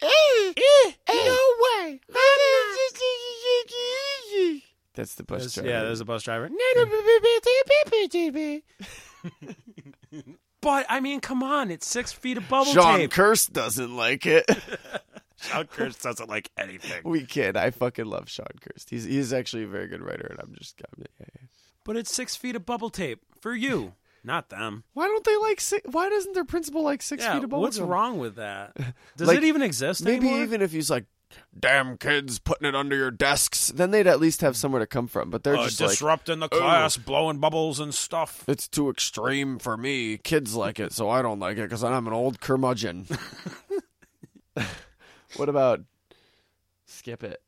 Ew, eh, No way. That's the bus driver. Yeah, there's a bus driver. But I mean, come on, it's six feet of bubble Sean tape. Curse doesn't like it. Sean Kurtz doesn't like anything. we kid. I fucking love Sean Kirst. He's he's actually a very good writer, and I'm just. I'm, yeah, yeah. But it's six feet of bubble tape for you, not them. Why don't they like six? Why doesn't their principal like six Yeah, feet of bubble what's gum? wrong with that? Does Like, it even exist Maybe anymore? even if he's like, "Damn kids, putting it under your desks," then they'd at least have somewhere to come from. But they're Uh, just like, Oh. disrupting the class, blowing bubbles and stuff. "It's too extreme for me. Kids like it, so I don't like it because I'm an old curmudgeon." what about skip it?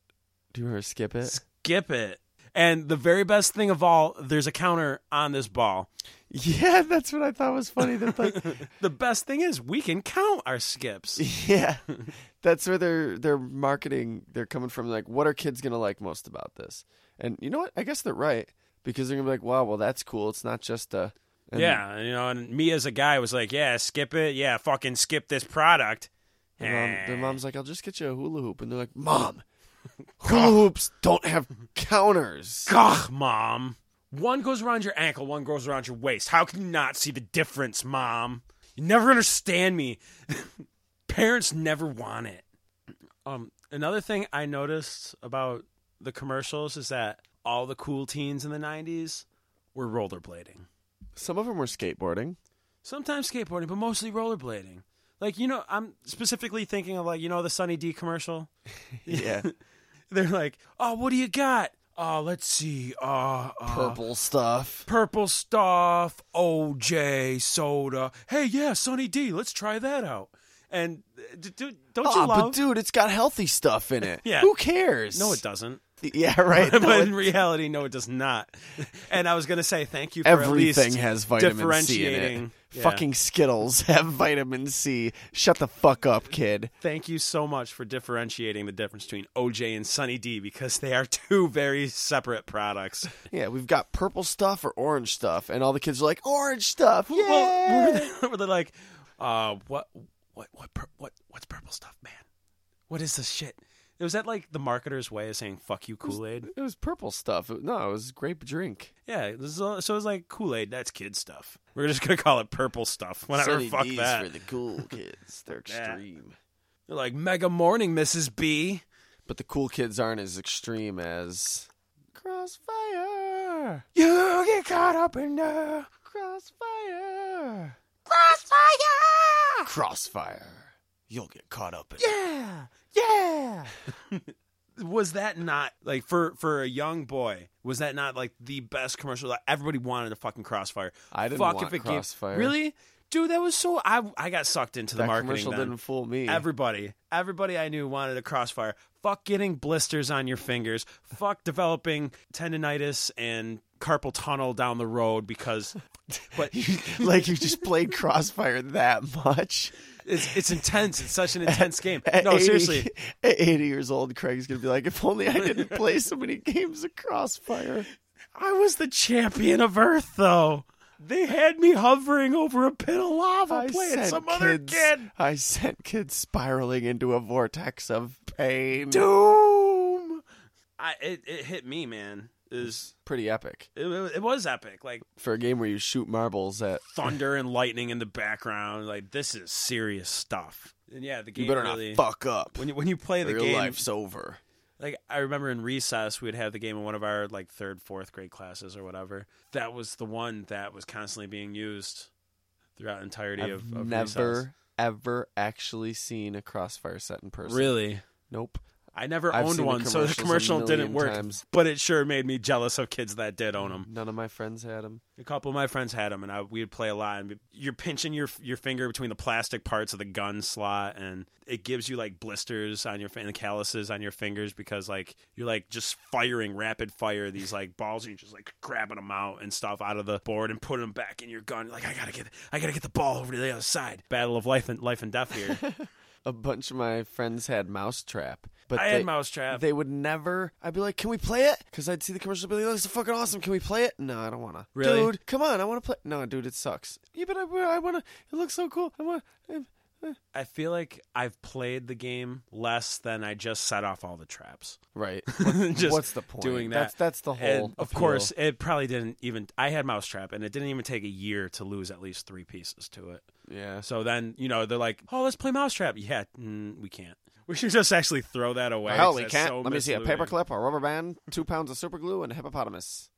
Do you remember skip it? Skip it. And the very best thing of all, there's a counter on this ball. Yeah, that's what I thought was funny. That like, The best thing is we can count our skips. yeah, that's where their their marketing they're coming from. Like, what are kids gonna like most about this? And you know what? I guess they're right because they're gonna be like, "Wow, well, that's cool. It's not just a." and yeah, you know, and me as a guy was like, yeah, skip it. Yeah, fucking skip this product. Their, mom, their Eh. mom's like, I'll just get you a hula hoop. And they're like, Mom, hula hoops don't have counters. Gah, mom. One goes around your ankle, one goes around your waist. How can you not see the difference, mom? You never understand me. Parents never want it. Um, another thing I noticed about the commercials is that all the cool teens in the '90s were rollerblading. Some of them were skateboarding. Sometimes skateboarding, but mostly rollerblading. Like you know, I'm specifically thinking of like you know the Sunny D commercial. Yeah. They're like, "Oh, what do you got? Oh, let's see. Uh, uh, Purple stuff. Purple stuff, OJ, soda. Hey, yeah, Sonny D, let's try that out. And uh, d- d- don't you Ah, but love? dude, it's got healthy stuff in it. Yeah. Who cares? no, it doesn't. Yeah, right. but No, it- in reality, no, it does not. And I was gonna say thank you for at everything least has vitamin C in it. differentiating. Yeah. Fucking Skittles have vitamin C. Shut the fuck up, kid. Thank you so much for differentiating the difference between OJ and Sonny D because they are two very separate products. Yeah, we've got purple stuff or orange stuff, and all the kids are like, orange stuff. Yeah. Well, were they, were they like, uh, what, what, what, pur- what, what's purple stuff, man? What is this shit? Was that like the marketer's way of saying "fuck you, Kool Aid"? it was purple stuff. It- no, it was grape drink. Yeah, this is all- so it was like Kool Aid. That's kid stuff. We're just gonna call it purple stuff. Whatever. Sunny fuck D's that. for the cool kids. They're that. extreme. They're like mega morning, Mrs. B. But the cool kids aren't as extreme as Crossfire. You get caught up in the. Crossfire. Crossfire! Crossfire. You'll get caught up in Yeah! Yeah! was that not like for for a young boy? Was that not like the best commercial? Like, everybody wanted a fucking Crossfire. I didn't Fuck want if it Crossfire. Gave, really, dude, that was so. I I got sucked into the that marketing. commercial then. didn't fool me. Everybody, everybody I knew wanted a crossfire. Fuck getting blisters on your fingers. Fuck developing tendonitis and carpal tunnel down the road because, but like you just played Crossfire that much. it's it's intense. It's such an intense game. At No, 80 seriously, At 80 years old, Craig's gonna be like, if only I didn't play so many games of Crossfire. I was the champion of Earth though. They had me hovering over a pit of lava I playing sent some other kids- kid. I sent kids spiraling into a vortex of pain. Doom. I it, it hit me, man. Is Pretty epic it, it was epic. Like for a game where you shoot marbles at. thunder and lightning in the background. Like this is serious stuff. And yeah, the game You better really not fuck up. when you when you play or the your game. life's over. Like I remember in recess, we'd have the game in one of our like third, fourth grade classes or whatever. That was the one that was constantly being used throughout entirety I've of, of never recess. ever actually seen a Crossfire set in person. really. Nope. I never I've owned seen the one, so the commercials a commercial million didn't work. times. But it sure made me jealous of kids that did own them. None of my friends had them. A couple of my friends had them, and I, we'd play a lot. And be- you're pinching your your finger between the plastic parts of the gun slot, and it gives you like blisters on your fin- and calluses on your fingers because like you're like just firing rapid fire these like balls, and you're just like grabbing them out and stuff out of the board and putting them back in your gun. Like I gotta get I gotta get the ball over to the other side. Battle of life and life and death here. A bunch of my friends had Mousetrap, but I they, had mousetrap. they would never. I'd be like, "Can we play it?" Because I'd see the commercial, be like, "This is fucking awesome. Can we play it?" No, I don't want to. Really? Dude, come on, I want to play. No, dude, it sucks. Yeah, but I, I want to. It looks so cool. I want. I feel like I've played the game less than I just set off all the traps. Right. just What's the point? doing That's that? that's the whole. And of appeal. course, it probably didn't even. I had Mousetrap, and it didn't even take a year to lose at least three pieces to it. yeah. So then, you know, they're like, "Oh, let's play Mousetrap." Yeah, mm, we can't. We should just actually throw that away. Hell, 'cause we that's can't. so Let me see a misleading. paperclip, a rubber band, two pounds of super glue, and a hippopotamus.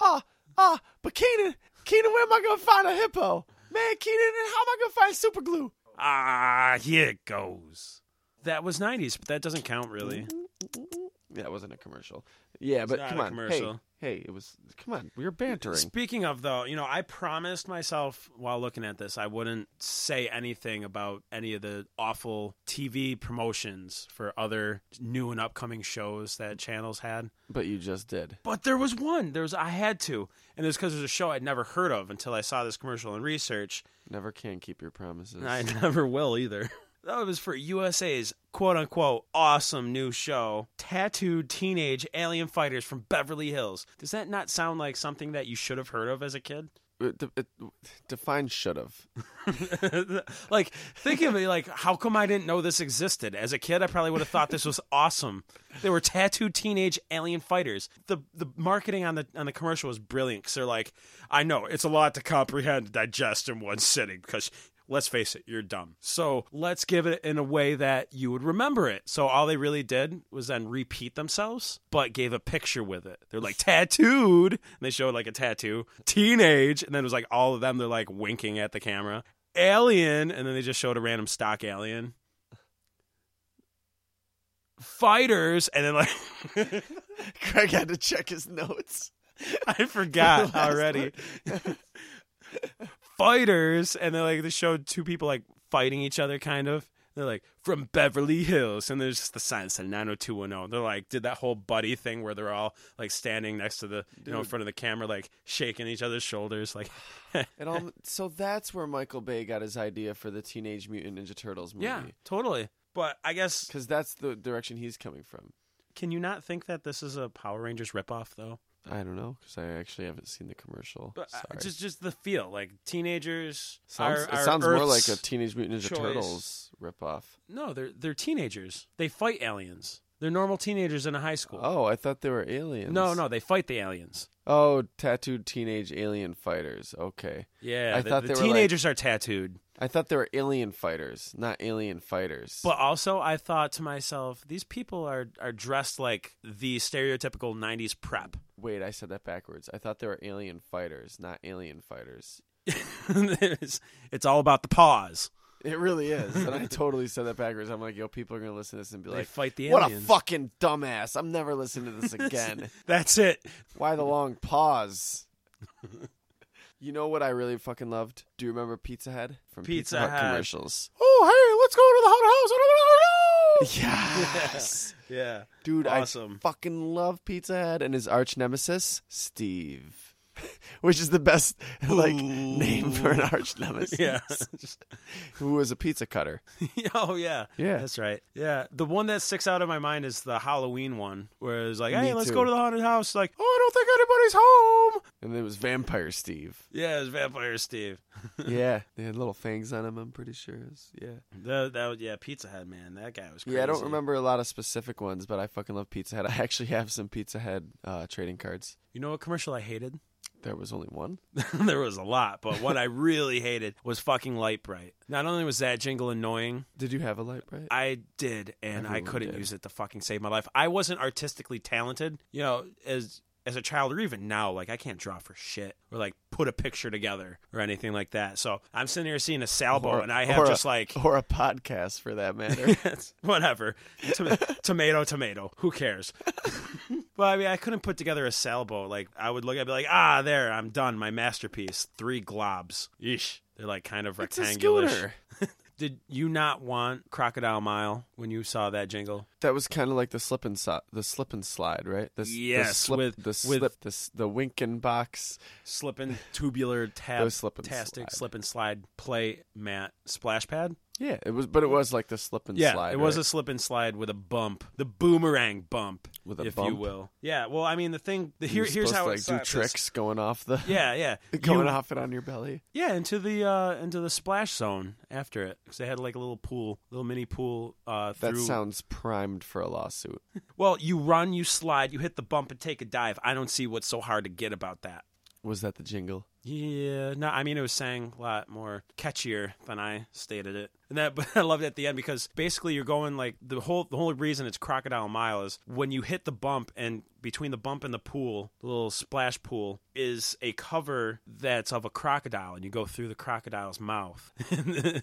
Ah, ah, but Keenan, Keenan, where am I gonna find a hippo? Man, Keenan, and how am I gonna find super glue? Ah, here it goes. That was '90s, but that doesn't count really. That wasn't a commercial. Yeah, but not come a on, commercial. Hey, hey, it was. Come on, we were bantering. Speaking of though, you know, I promised myself while looking at this I wouldn't say anything about any of the awful TV promotions for other new and upcoming shows that channels had. But you just did. But there was one. There was I had to, and it was because there's a show I'd never heard of until I saw this commercial and research, Never can keep your promises. and I never will either. That was for USA's quote unquote awesome new show, Tattooed Teenage Alien Fighters from Beverly Hills. Does that not sound like something that you should have heard of as a kid? It- it- Uh, define should have. like, think of it like, how come I didn't know this existed? As a kid, I probably would have thought this was awesome. They were tattooed teenage alien fighters. The the marketing on the on the commercial was brilliant because they're like, I know it's a lot to comprehend and digest in one sitting because. Let's face it, you're dumb. So let's give it in a way that you would remember it. So all they really did was then repeat themselves, but gave a picture with it. They're like tattooed, and they showed like a tattoo, teenage, and then it was like all of them. They're like winking at the camera, alien, and then they just showed a random stock alien. Fighters, and then like Craig had to check his notes. I forgot The last already. Fighters, and then like they showed two people like fighting each other, kind of. They're like from Beverly Hills, and there's just the sign that said 90210. oh. They're like did that whole buddy thing where they're all like standing next to the you know in Dude. front of the camera, like shaking each other's shoulders, like And all, so that's where Michael Bay got his idea for the Teenage Mutant Ninja Turtles movie. yeah, totally. But I guess Because that's the direction he's coming from. can you not think that this is a Power Rangers ripoff though? I don't know because I actually haven't seen the commercial. But uh, Sorry. just just the feel, like teenagers. sounds, are- it are sounds more like Earth's- a Teenage Mutant Ninja choice. Turtles ripoff. No, they're they're teenagers. They fight aliens. They're normal teenagers in a high school. Oh, I thought they were aliens. no, no, they fight the aliens. Oh, tattooed teenage alien fighters. Okay, Yeah, I the, thought the they were, like- teenagers are tattooed. I thought they were alien fighters, not alien fighters. But also, I thought to myself, these people are are dressed like the stereotypical '90s prep. wait, I said that backwards. I thought they were alien fighters, not alien fighters. it's, it's all about the paws. It really is. And I totally said that backwards. I'm like, yo, people are going to listen to this and be They like, fight the what aliens. a fucking dumbass. I'm never listening to this again. That's it. Why the long pause? you know what I really fucking loved? Do you remember Pizza Head from Pizza Hut Hut. commercials? Oh, hey, let's go to the Oh, hot house. Yes. yeah. Dude, I Awesome. fucking love Pizza Head and his arch nemesis, Steve. Which is the best like name for an arch nemesis. Yeah. Who was a pizza cutter. oh yeah. Yeah. That's right. Yeah. The one that sticks out of my mind is the Halloween one, where it's like, Me hey, let's too. go to the haunted house. Like, oh, I don't think anybody's home. And it was Vampire Steve. Yeah, it's Vampire Steve. yeah. They had little fangs on him, I'm pretty sure. It was- yeah. That, that was- yeah, Pizza Head man, that guy was. Crazy. Yeah, I don't remember a lot of specific ones, but I fucking love Pizza Head. I actually have some Pizza Head uh, trading cards. You know what commercial I hated? There was only one. there was a lot, but what I really hated was fucking Light Bright. Not only was that jingle annoying, Did you have a light bright? I did, and I Everyone couldn't did. use it to fucking save my life. I wasn't artistically talented, you know, as as a child or even now. Like I can't draw for shit or like put a picture together or anything like that. So I'm sitting here seeing a salvo, Or- and I or have a- just like or a podcast for that matter. whatever, Tom- tomato, tomato. Who cares? well, I mean, I couldn't put together a salvo. Like I would look, I'd be like, ah, there, I'm done. My masterpiece, three globs. Eesh. They're like kind of it's a rectangular. scooter. Did you not want Crocodile Mile when you saw that jingle? That was kind of like the slip and so- the slip and slide, right? The, s- the Yes, slip, with- the slip, the, s- the Winkin box. slipping tubular tab Those slip and slide. tastic slip and slide play mat splash pad Yeah, it was, but it was like the slip and yeah slide. it was right? a slip and slide with a bump the boomerang bump With a if you bump? will yeah well i mean the thing the, You here, were here's supposed how to, it like do starts. tricks going off the yeah yeah going You- off it on your belly. yeah into the uh into the splash zone after it because they had like a little pool little mini pool uh That through sounds primed for a lawsuit. well you run you slide you hit the bump and take a dive i don't see what's so hard to get about that Was that the jingle? Yeah, no, I mean it was sang a lot more catchier than I stated it, and that. But I loved it at the end because basically you're going like the whole the whole reason it's Crocodile Mile is when you hit the bump and between the bump and the pool, the little splash pool is a cover that's of a crocodile, and you go through the crocodile's mouth.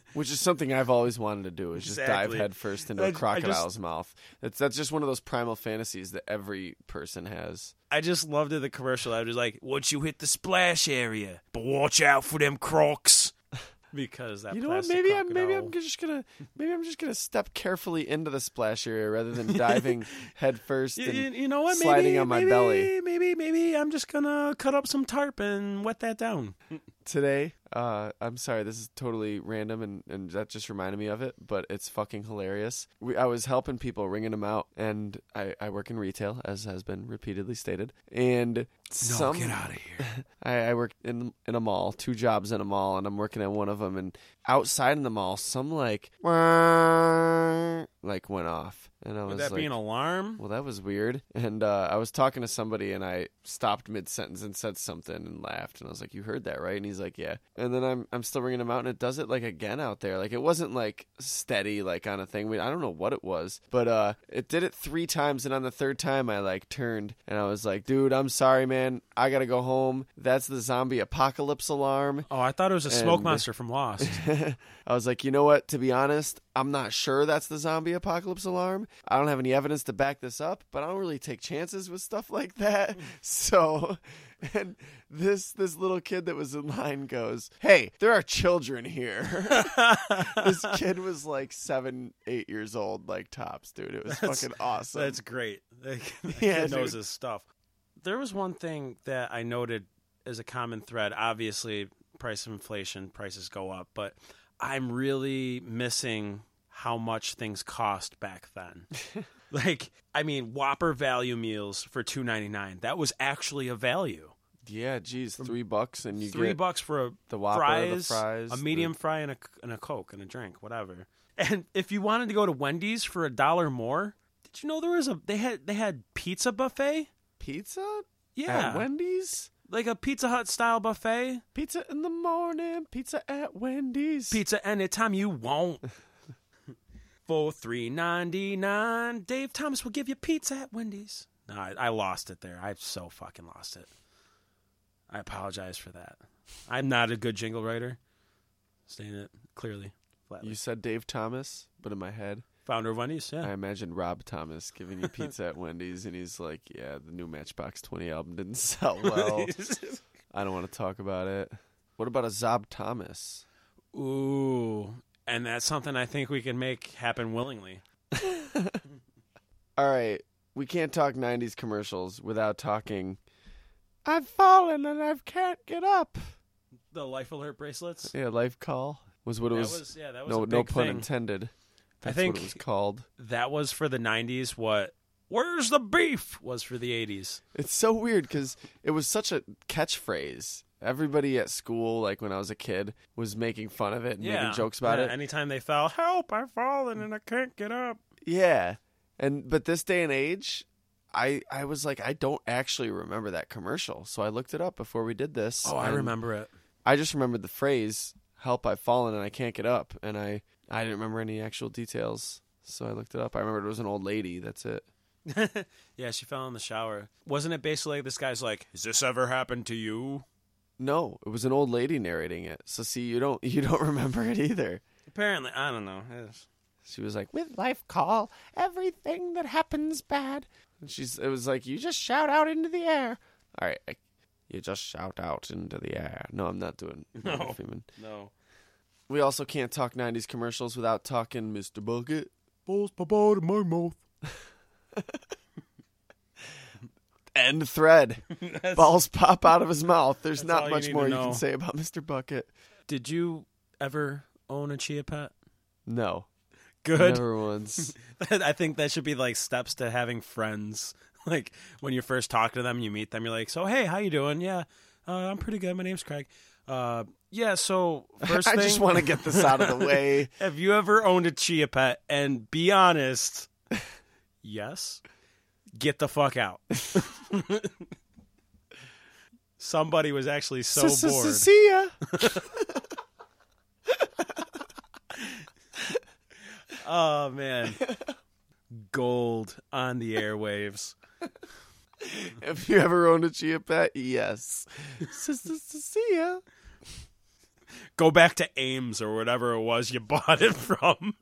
Which is something I've always wanted to do is just Exactly. dive headfirst into I- I a just- crocodile's mouth. That's that's just one of those primal fantasies that every person has. I just loved it. The commercial. I was like, once you hit the splash area, but watch out for them crocs. Because that you know what? plastic Maybe I'm maybe crocodile- I'm just gonna maybe I'm just gonna step carefully into the splash area rather than diving headfirst. Y- y- And You, know what? sliding maybe, on my maybe, belly. Maybe, maybe I'm just gonna cut up some tarp and wet that down. today, uh, I'm sorry, this is totally random, and, and that just reminded me of it, but it's fucking hilarious. We, I was helping people, ringing them out, and I, I work in retail, as has been repeatedly stated, and some of here. I, I work in in a mall, two jobs in a mall, and I'm working at one of them. And outside in the mall, some like like went off, and I was Would that like, be an alarm? "Well, that was weird." And uh, I was talking to somebody, and I stopped mid sentence and said something and laughed, and I was like, "You heard that, right?" And he's like, "Yeah." And then I'm I'm still ringing him out, and it does it like again out there. Like it wasn't like steady, like on a thing. We, I don't know what it was, but uh, it did it three times, and on the third time, I like turned and I was like, "Dude, I'm sorry, man. I gotta go home. That's the zombie apocalypse alarm." Oh, I thought it was a smoke And- monster from Lost. I was like, you know what? To be honest, I'm not sure that's the zombie apocalypse alarm. I don't have any evidence to back this up, but I don't really take chances with stuff like Hmm. that. So, and this this little kid that was in line goes, "Hey, there are children here." this kid was like seven, eight years old, like tops, dude. It was That's- fucking awesome. That's great. That kid Yeah, dude. knows his stuff. There was one thing that I noted as a common thread. Obviously, price of inflation, prices go up, but I'm really missing how much things cost back then. like, I mean, Whopper value meals for two ninety nine. That was actually a value. yeah, geez, three bucks and you Three get bucks for a the Whopper, fries, the fries, a the- medium fry, and a and a coke and a drink, whatever. And if you wanted to go to Wendy's for a dollar more, did you know there was a they had they had pizza buffet? pizza Yeah, at Wendy's. like a Pizza Hut style buffet, Pizza in the morning, pizza at Wendy's. pizza anytime you want. For three ninety nine, Dave Thomas will give you pizza at Wendy's. No, I, I lost it there. I so fucking lost it. I apologize for that. I'm not a good jingle writer. Stating it clearly. Flatly. You said Dave Thomas, but in my head, Founder of Wendy's, yeah. I imagined Rob Thomas giving you pizza at Wendy's, and he's like, "Yeah, the new Matchbox Twenty album didn't sell well. I don't want to talk about it." What about a Zob Thomas? Ooh, and that's something I think we can make happen willingly. All right, we can't talk '90s commercials without talking. I've fallen and I can't get up. The life alert bracelets. Yeah, life call was what it That was. was yeah, that was no, a big no pun thing. intended. I That's think- what it was called. That was for the '90s. What? Where's the beef? Was for the '80s. It's so weird because it was such a catchphrase. Everybody at school, like when I was a kid, was making fun of it and yeah, making jokes about Yeah, it. Anytime they fell, help! I've fallen and I can't get up. Yeah. And but this day and age, I I was like I don't actually remember that commercial. So I looked it up before we did this. Oh, I and remember it. I just remembered the phrase "Help! I've fallen and I can't get up," and I I didn't remember any actual details. So I looked it up. I remembered it was an old lady. That's it. yeah, she fell in the shower. Wasn't it basically this guy's like, "Has this ever happened to you?" No, it was an old lady narrating it. So see, you don't you don't remember it either. Apparently, I don't know. It's- She was like, "With life call, everything that happens bad." And she's it was like, "You just shout out into the air." All right, I, you just shout out into the air. No, I'm not doing No. Morgan Freeman. No. We also can't talk '90s commercials without talking Mr. Bucket. Balls pop out of my mouth. End thread. Balls pop out of his mouth. There's That's not all you much need more to you know. can say about Mr. Bucket. Did you ever own a chia pet? No, Good. never once. I think that should be like steps to having friends. Like when you first talk to them, you meet them, you're like, "So hey, how you doing? Yeah, uh, I'm pretty good. My name's Craig. Uh, yeah. So first I thing, just want to get this out of the way. have you ever owned a chia pet? And be honest, yes. Get the fuck out. Somebody was actually so bored. See ya. Oh man, gold on the airwaves. Have you ever owned a chia pet? Yes. Sister Cecilia. Go back to Ames or whatever it was you bought it from.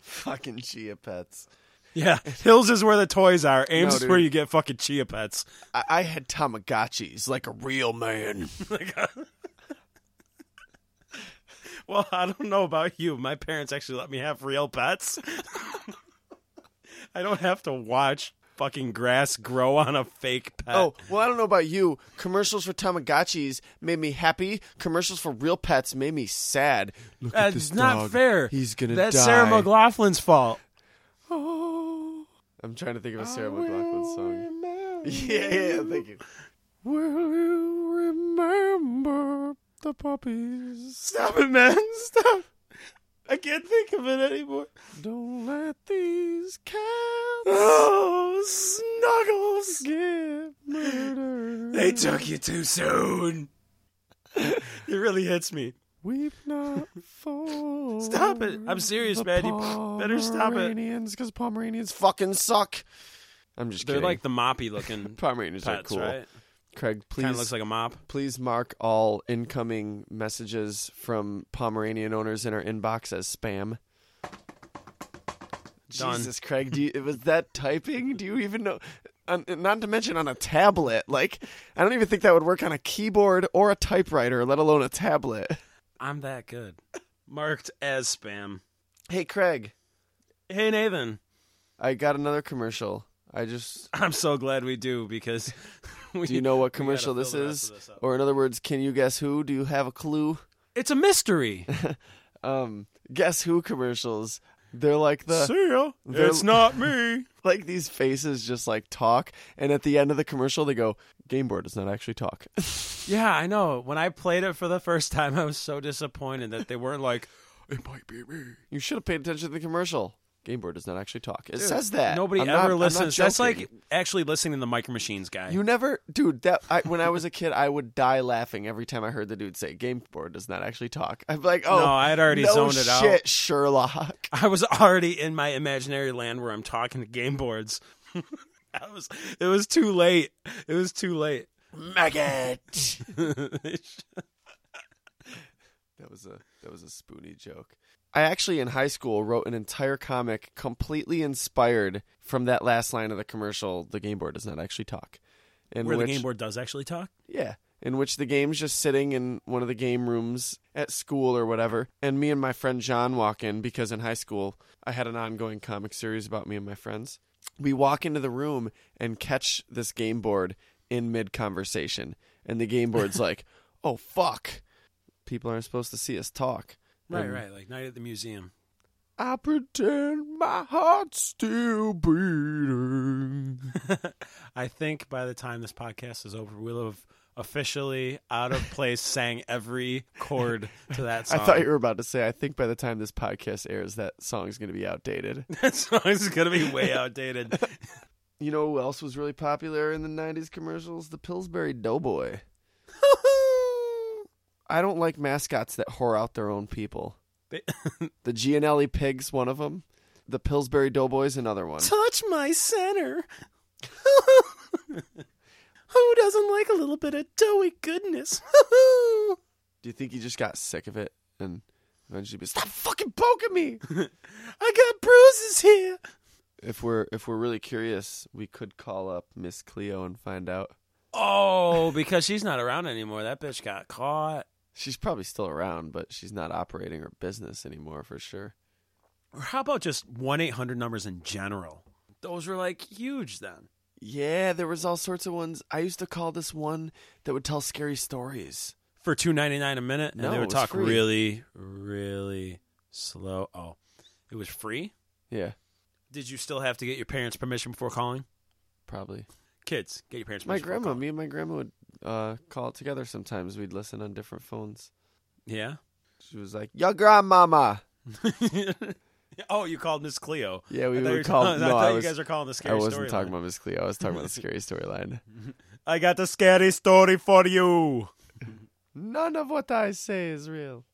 Fucking chia pets. Yeah, Hills is where the toys are. Ames No, is dude. where you get fucking chia pets. I, I had Tamagotchis like a real man. Like, uh, well, I don't know about you. My parents actually let me have real pets. I don't have to watch fucking grass grow on a fake pet. Oh, well, I don't know about you. Commercials for Tamagotchis made me happy. Commercials for real pets made me sad. Look at that's this not dog. fair. He's gonna That's die. Sarah McLaughlin's fault. Oh, I'm trying to think of a Sarah McLaughlin song. Yeah, yeah, thank you. Will you remember the puppies? Stop it, man. Stop. I can't think of it anymore. Don't let these cats Oh, snuggles. get murdered. They took you too soon. it really hits me. Weep not for. Stop it. I'm serious, man. You better stop it. Pomeranians, because Pomeranians fucking suck. I'm just They're kidding. like the moppy looking Pomeranians are pets, cool. right? Craig, Kind of please, looks like a mop. please mark all incoming messages from Pomeranian owners in our inbox as spam. Done. Jesus, Craig, do you, was that typing? Do you even know? On, not to mention on a tablet. Like, I don't even think that would work on a keyboard or a typewriter, let alone a tablet. I'm that good. Marked as spam. Hey, Craig, Hey, Nathan. I got another commercial. I just I'm so glad we do because we, Do you know what we gotta commercial fill this the rest is? of this up. or in other words, can you guess who? Do you have a clue? it's a mystery. Um, guess who commercials. They're like the See ya. they're- It's not me. like these faces just like talk and at the end of the commercial they go, Game board does not actually talk. Yeah, I know. When I played it for the first time, I was so disappointed that they weren't like, it might be me. you should have paid attention to the commercial. Game board does not actually talk. It says that. Nobody I'm not- ever I'm not listens. That's joking. like actually listening to the Micro Machines guy. You never, dude. That I, when I was a kid, I would die laughing every time I heard the dude say "Game board does not actually talk." I'm like, oh, No, I had already no zoned it out. Shit, Sherlock. I was already in my imaginary land where I'm talking to game boards. I was. It was too late. It was too late. Maggot. That That was a that was a spoony joke. I actually in high school wrote an entire comic completely inspired from that last line of the commercial. The game board does not actually talk. In Where which, the game board does actually talk. yeah, in which the game's just sitting in one of the game rooms at school or whatever, and me and my friend John walk in because in high school I had an ongoing comic series about me and my friends. We walk into the room and catch this game board in mid conversation, and the game board's like, "Oh fuck, people aren't supposed to see us talk." Right, And right. Like night at the museum. I pretend my heart's still beating. I think by the time this podcast is over, we'll have officially out of place sang every chord to that I song. thought you were about to say, I think by the time this podcast airs, that song's going to be outdated. that song is gonna be way outdated. You know who else was really popular in the 90s commercials? The Pillsbury Doughboy. I don't like mascots that whore out their own people. They- the Gianelli Pig's one of them. The Pillsbury Doughboy's another one. Touch my center. Who doesn't like a little bit of doughy goodness? Do you think he just got sick of it and eventually be stop fucking poking me? I got bruises here. if we're if we're really curious, we could call up Miss Cleo and find out. Oh, because she's not around anymore. That bitch got caught. She's probably still around, but she's not operating her business anymore for sure. Or how about just 1 800 numbers in general? Those were like huge then. Yeah, there was all sorts of ones. I used to call this one that would tell scary stories. for two ninety nine a minute, and No, they it would was talk free. really, really slow. Oh, it was free. Yeah, Did you still have to get your parents' permission before calling? probably. Kids, get your parents' My permission. before grandma, calling. me and my grandma would uh, call together sometimes. We'd listen on different phones. Yeah. She was like, "Your grandmama." oh, you called Miss Cleo. Yeah, I we thought you were would call. calling- I no, thought I you was. guys were calling the I scary wasn't story. talking line. about Miss Cleo. I was talking about the scary storyline. I got the scary story for you. None of what I say is real.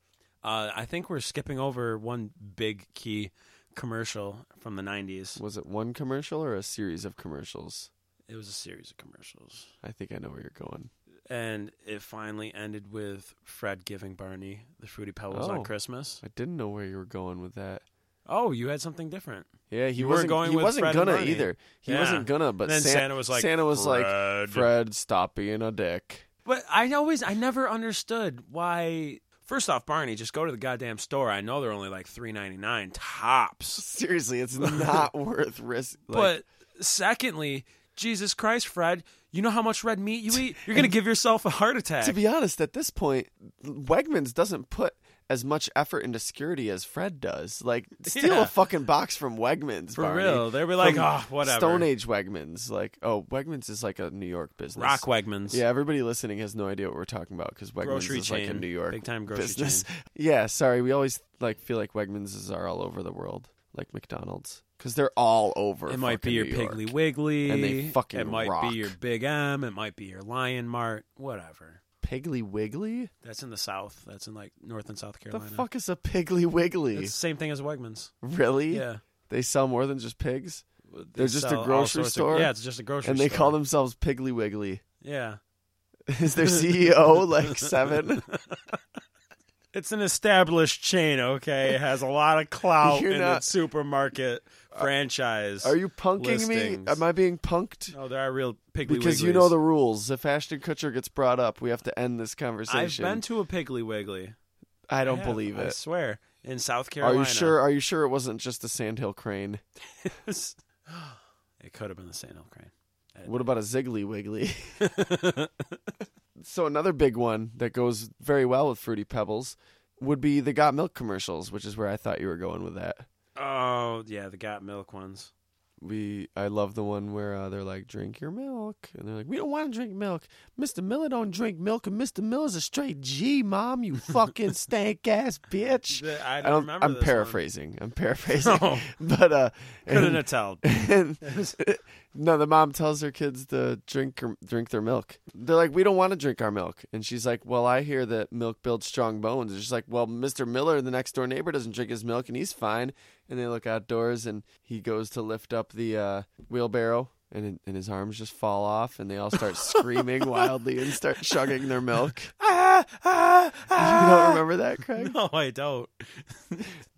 Uh, I think we're skipping over one big key commercial from the nineties. Was it one commercial or a series of commercials? It was a series of commercials. I think I know where you're going. And it finally ended with Fred giving Barney the fruity pebbles on Oh. Christmas. I didn't know where you were going with that. Oh, you had something different. Yeah, he You were wasn't going He with wasn't Fred and gonna Barney. either. He Yeah. wasn't gonna. But And then San- Santa was like, Santa was like, "Fred." Fred, stop being a dick. But I always, I never understood why. First off, Barney, just go to the goddamn store. I know they're only like three ninety nine tops. Seriously, it's not worth risk. Like, but secondly, Jesus Christ, Fred, you know how much red meat you eat? You're gonna give yourself a heart attack. to be honest, at this point, Wegmans doesn't put as much effort into security as Fred does. Like, steal Yeah. a fucking box from Wegmans, For Barney. real, they were like, From "Ah, whatever." Stone Age Wegmans, like, oh, Wegmans is like a New York business. Rock Wegmans. Yeah, everybody listening has no idea what we're talking about because Wegmans Grocery is like a chain. New York Big time grocery business. chain. Yeah, sorry, we always like feel like Wegmans is are all over the world, like McDonald's, because they're all over. It might fucking be your New York. Piggly Wiggly, And they fucking It might rock. be your Big M. It might be your Lion Mart. Whatever. Piggly Wiggly. That's in the South. That's in like North and South The Carolina. fuck is a Piggly Wiggly? It's the same thing as Wegmans. really? Yeah. They sell more than just pigs, They're just a sell all grocery sorts of- store? yeah, it's just a grocery store. and they call themselves Piggly Wiggly. Yeah. Is their CEO Oh, like seven? It's an established chain, okay? It has a lot of clout You're in not- its supermarket franchise. Are you punking Listings. me? Am I being punked? No, there are real Piggly Because you Wigglies. know the rules. If Ashton Kutcher gets brought up, we have to end this I've conversation. been to a Piggly Wiggly. I don't have, believe I it. swear. In South Are Carolina. you sure? Are you sure it wasn't just a sandhill crane? it could have been the St. Crane. What about a ziggly wiggly? so another big one that goes very well with fruity pebbles would be the got milk commercials, which is where I thought you were going with that. Oh, yeah, the Got Milk ones. We I love the one where uh, they're like drink your milk, and they're like we don't want to drink milk. Mister Miller don't drink milk, and Mister Miller's a straight G, mom. You fucking stank ass bitch. The- I don't remember I'm this one. paraphrasing. I'm paraphrasing. No. But uh, Couldn't and- have tell. and no, the mom tells her kids to drink her- drink their milk. They're like, we don't want to drink our milk, and she's like, well, I hear that milk builds strong bones. And she's like, well, Mister Miller, the next door neighbor, doesn't drink his milk, and he's fine. And they look outdoors, and he goes to lift up the uh, wheelbarrow. And, and his arms just fall off, and they all start screaming wildly and start chugging their milk. Ah! ah, ah, You don't ah. remember that, Craig? No, I don't.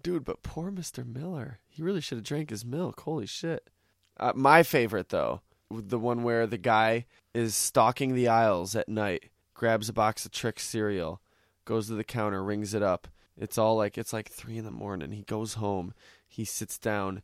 Dude, but poor Mr. Miller. He really should have drank his milk. Holy shit. Uh, my favorite, though, the one where the guy is stalking the aisles at night, grabs a box of Trick cereal, goes to the counter, rings it up. It's all like, it's like three in the morning. He goes home, he sits down,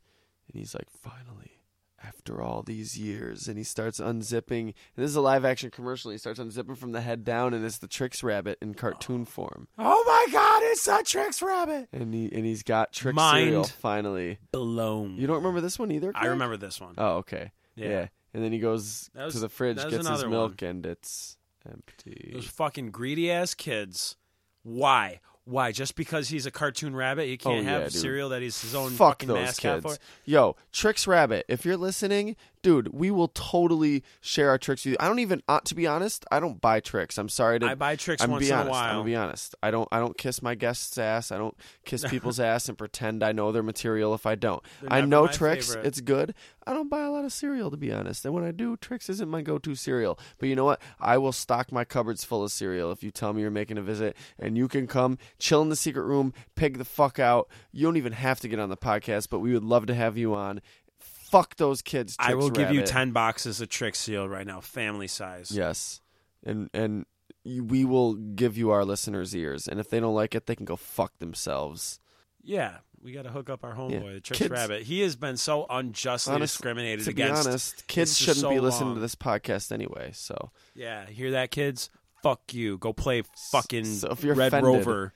and he's like, finally. After all these years, and he starts unzipping. And this is a live action commercial. He starts unzipping from the head down, and it's the Tricks Rabbit in cartoon form. Oh my God, it's a Trix Rabbit. and he and he's got trick Mind. cereal finally. Blown. You don't remember this one either? I Craig? remember this one. Oh, okay. Yeah. Yeah. And then he goes That was- to the fridge, that was gets his another milk, and it's empty. Those fucking greedy ass kids. Why? Why? Just because he's a cartoon rabbit, you Oh, can't yeah, have dude. cereal that he's his own Fuck fucking those mascot kids. for. Yo, Tricks Rabbit, if you're listening, dude, we will totally share our tricks with you. I don't even, uh, to be honest, I don't buy tricks. I'm sorry to. I buy tricks I'm once be in honest. a I'm while. gonna be honest. I don't. I don't kiss my guests' ass. I don't kiss people's ass and pretend I know their material if I don't. They're I never know my tricks. favorite. It's good. I don't buy a lot of cereal to be honest. And when I do, tricks isn't my go-to cereal. But you know what? I will stock my cupboards full of cereal if you tell me you're making a visit, and you can come chill in the secret room, pig the fuck out. You don't even have to get on the podcast, but we would love to have you on. Fuck those kids. I will Trix give you Rabbit. ten boxes of Trix cereal right now, family size. Yes, and and you- we will give you our listeners' ears, and if they don't like it, they can go fuck themselves. Yeah, we got to hook up our homeboy, the Trix Kids- Rabbit. He has been so unjustly Honest- discriminated to be against. honest, kids for shouldn't so be listening to long. this podcast anyway. So Yeah, hear that, kids? Fuck you. Go play fucking so if you're Red offended- Rover.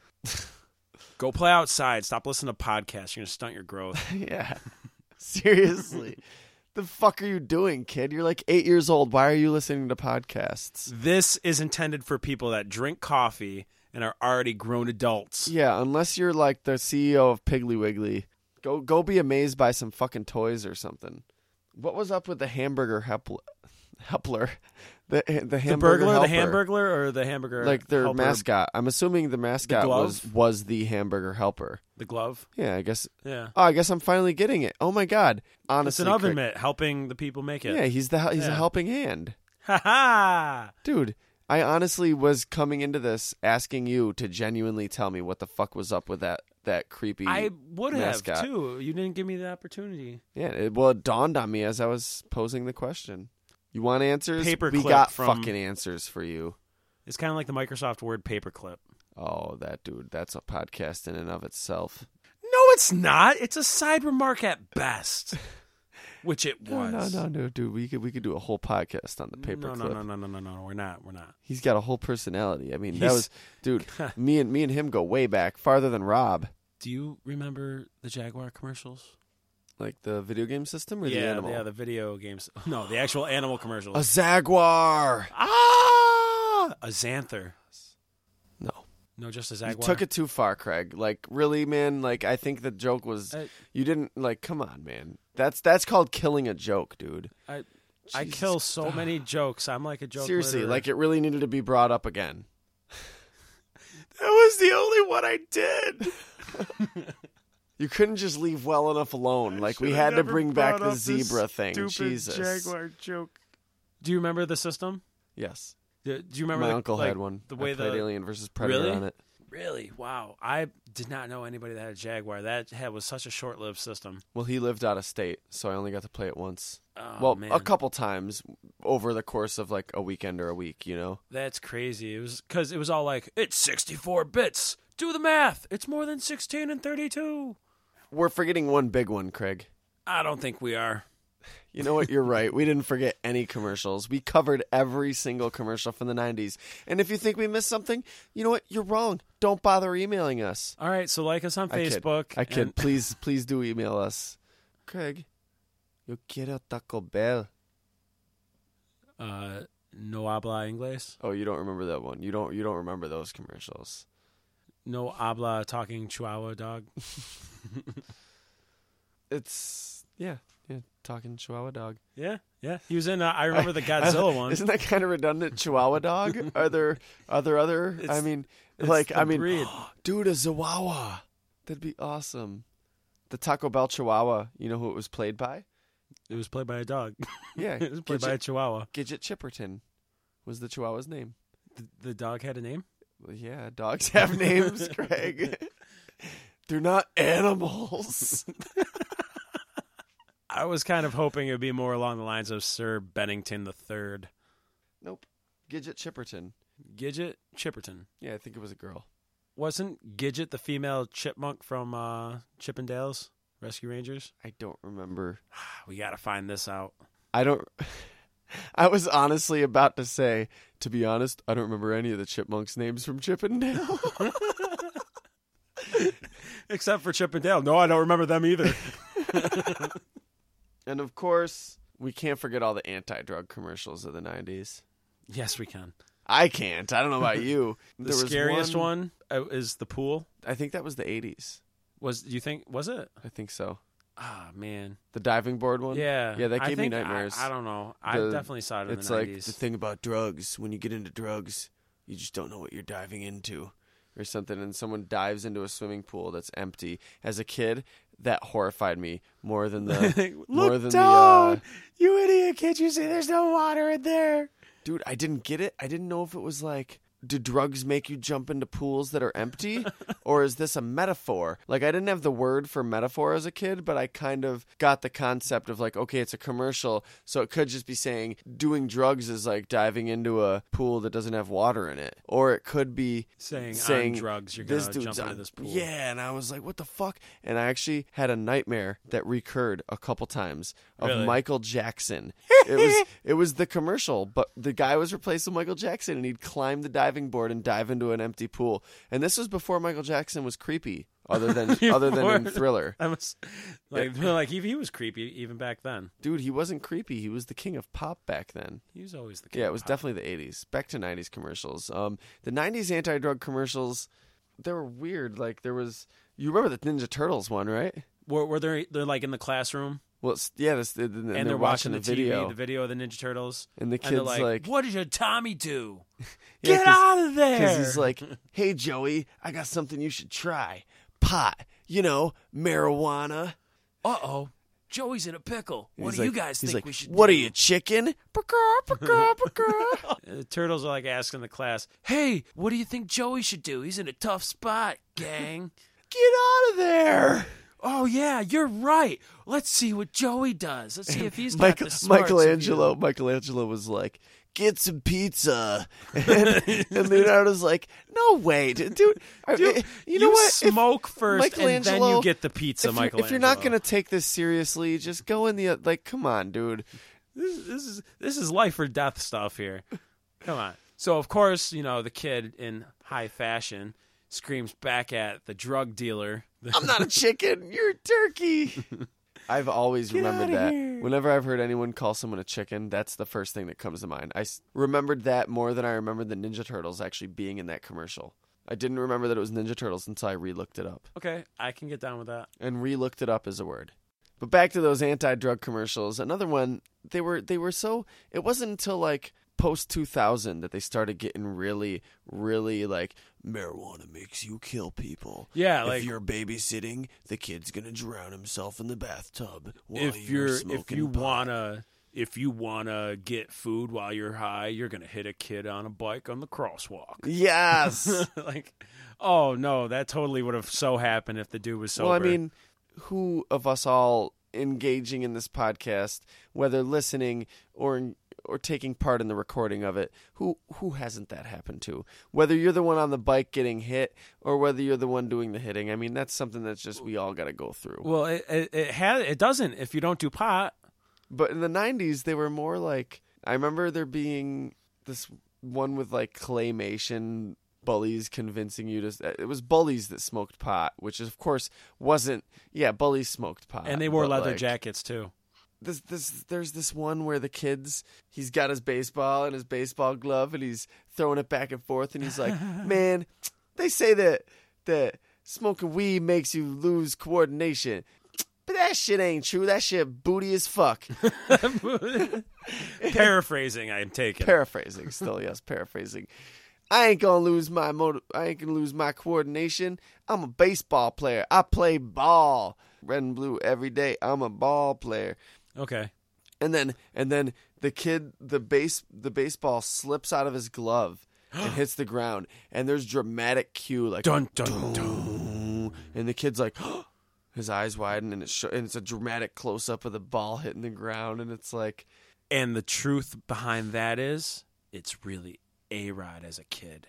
Go play outside. Stop listening to podcasts. You're gonna stunt your growth. yeah, seriously. The fuck are you doing, kid? You're like eight years old. Why are you listening to podcasts? this is intended for people that drink coffee and are already grown adults. Yeah, unless you're like the CEO of Piggly Wiggly, go go be amazed by some fucking toys or something. What was up with the hamburger hepl- hepler? The the The hamburger burglar, the helper? hamburglar, or the hamburger? like their helper, mascot. I'm assuming the mascot was glove? was the hamburger helper. the glove. Yeah, I guess. Yeah, Oh, I guess I'm finally getting it. Oh my god! it's Honestly, an oven Crick- mitt helping the people make Yeah, it. he's the he's a Yeah. helping hand, Ha ha! dude. I honestly was coming into this asking you to genuinely tell me what the fuck was up with that that creepy. I would mascot. have too. You didn't give me the opportunity. yeah, it, well, it dawned on me as I was posing the question. You want answers? Paperclip we got from- fucking answers for you. It's kind of like the Microsoft Word paperclip. Oh, that dude. That's a podcast in and of itself. No, it's not. It's a side remark at best, which it No, was. no, no, no, dude. We could we could do a whole podcast on the paperclip. No, no, no, no, no, no, no. We're not. We're not. He's got a whole personality. I mean, that He's- was dude. me and me and him go way back, farther than Rob. Do you remember the Jaguar commercials? Like the video game system or yeah, the animal? yeah, the video games. No, the actual animal a commercials. Zaguar. ah, a xanther. No, No, just a you jaguar. took it too far, Craig. Like really, man. Like I think the joke was I- you didn't like. Come on, man. That's that's called killing a joke, dude. I, I Jesus kill so many jokes. I'm like a joke. Seriously, litterer. like it really needed to be brought up again. that was the only one I did. You couldn't just leave well enough alone. Like we Should've had to never bring back brought the up this zebra thing. stupid Jesus. joke. Do you remember the system? Yes. Do do you remember My the- uncle like, had one. The I way played the Alien versus Predator Really? on it. really wow. I did not know anybody that had a Jaguar. That had, was such a short-lived system. Well, he lived out of state, so I only got to play it once. Oh, well, man. a couple times over the course of like a weekend or a week, you know. That's crazy. It was because it was all like it's 64 bits. Do the math. It's more than 16 and 32. We're forgetting one big one, Craig. I don't think we are. You know what? You're right. We didn't forget any commercials. We covered every single commercial from the 90s. And if you think we missed something, you know what? You're wrong. Don't bother emailing us. All right, so like us on Facebook. I kid. I kid. and- Please, please do email us. Craig, yo quiero Taco Bell. uh, no habla inglés. Oh, you don't remember that one. You don't you don't remember those commercials. No habla talking Chihuahua dog. It's yeah, yeah, talking Chihuahua dog. Yeah, yeah. He was in. Uh, I remember the Godzilla one. Isn't that kind of redundant? Chihuahua dog? are there are there other? I It's- mean, it's like the I mean, breed. dude, a Chihuahua. That'd be awesome. The Taco Bell Chihuahua. You know who it was played by? It was played by a dog. Yeah, it was played by a Gidget, Chihuahua. Gidget Chipperton was the Chihuahua's name. The, the dog had a name. Well, yeah, dogs have names, Craig. They're not animals. I was kind of hoping it would be more along the lines of Sir Bennington the Third, nope. Gidget Chipperton. Gidget Chipperton. Yeah, I think it was a girl. Wasn't Gidget the female chipmunk from uh, Chippendales Rescue Rangers? I don't remember. Ah, We got to find this out. I don't. I was honestly about to say, to be honest, I don't remember any of the chipmunks' names from Chippendale. Except for Chippendale. No, I don't remember them either. and of course, we can't forget all the anti drug commercials of the 90s. yes, we can. I can't. I don't know about you. The scariest one, uh is the pool. I think that was the 80s. Was you think was it? I think so. Ah man, The diving board one? yeah, Yeah, that I gave me think- I- nightmares. I, don't know. I The- definitely saw it in it's the like the nineties. thing about drugs. When you get into drugs, you just don't know what you're diving into or something. And someone dives into a swimming pool that's empty. As a kid, that horrified me more than the. more than The, uh, you idiot! Can't you see there's no water in there? dude, I didn't get it. I didn't know if it was like. Do drugs make you jump into pools that are empty? or is this a metaphor? Like, I didn't have the word for metaphor as a kid, but I kind of got the concept of like, okay, it's a commercial. So it could just be saying doing drugs is like diving into a pool that doesn't have water in it. Or it could be Saying, saying on drugs, you're this gonna dude's jump into on- this pool. Yeah, and I was like, what the fuck? And I actually had a nightmare that recurred a couple times of Really? Michael Jackson. it was it was the commercial, but the guy was replaced with Michael Jackson and he'd climb the diving board and dive into an empty pool. And this was before Michael Jackson was creepy, other than other than in Before- Thriller. I was like, like he, he was creepy even back then. Dude, he wasn't creepy. He was the king of pop back then. He was always the king Yeah, it of was pop. definitely the 80s. Back to 90s commercials. Um, the 90s anti drug commercials, they were weird. Like, there was. You remember the Ninja Turtles one, right? Were, were they? They're like in the classroom Well, it's, yeah, this, and, and and, they're, they're, watching, the video. TV, the video of the Ninja Turtles, and the and kid's they're like, "What did your Tommy do? Yeah, Get 'cause- out of there!" Because he's like, hey, Joey, I got something you should try. Pot. You know, marijuana. "Uh oh, Joey's in a pickle. And What he's do you like- guys he's think like, we should?" What do? are you, chicken? Paka, paka, paka. The turtles are like asking the class, "Hey, what do you think Joey should do? He's in a tough spot, gang." Get out of there. oh yeah, you're right. Let's see what Joey does. Let's see if he's got Michael, the smarts of you." Michelangelo Michelangelo was like, "Get some pizza," and, and Leonardo's like, "No, wait, dude. I- Dude, you know what? If- Smoke first, and then Michelangelo- you get the pizza, if, Michael. you're, if you're not gonna take this seriously, just go in the o- like. Come on, dude. this, this is this is life or death stuff here. Come on. So of course, you know the kid in high fashion screams back at the drug dealer. I'm not a chicken. You're a turkey." I've always remembered outta that. here. Whenever I've heard anyone call someone a chicken, that's the first thing that comes to mind. I s- remembered that more than I remembered the Ninja Turtles actually being in that commercial. I didn't remember that it was Ninja Turtles until I re-looked it up. Okay, I can get down with that. and re-looked it up as a word. But back to those anti-drug commercials. Another one, they were they were so it wasn't until like post 2000 that they started getting really really like marijuana makes you kill people. Yeah, if like- you're babysitting, the kid's going to drown himself in the bathtub while if you're, you're, if smoking you pot. wanna if you wanna get food while you're high, you're gonna hit a kid on a bike on the crosswalk. Yes. like, oh no, that totally would have so happened if the dude was sober. Well, I mean, who of us all engaging in this podcast, whether listening or or taking part in the recording of it, who who hasn't that happened to? Whether you're the one on the bike getting hit or whether you're the one doing the hitting, I mean, that's something that's just we all got to go through. well, it it, it, ha- it doesn't if you don't do pot. But in the '90s, they were more like I remember there being this one with like claymation bullies convincing you to. It was bullies that smoked pot, which is, of course wasn't. Yeah, bullies smoked pot, And they wore Uh, but, leather like, jackets too. this this there's this one where the kids he's got his baseball and his baseball glove and he's throwing it back and forth and he's like, "Man, they say that that smoking weed makes you lose coordination." But that shit ain't true. That shit booty as fuck. Paraphrasing, I'm taking. paraphrasing, still yes, paraphrasing. I ain't gonna lose my motive. I ain't gonna lose my coordination. I'm a baseball player. I play ball, red and blue every day. I'm a ball player. okay. and then and then the kid the base the baseball slips out of his glove and hits the ground, and there's dramatic cue like Dun dun dun. and the kid's like, his eyes widen, and it's sho- and it's a dramatic close up of the ball hitting the ground, and it's like, And the truth behind that is, it's really a Rod as a kid.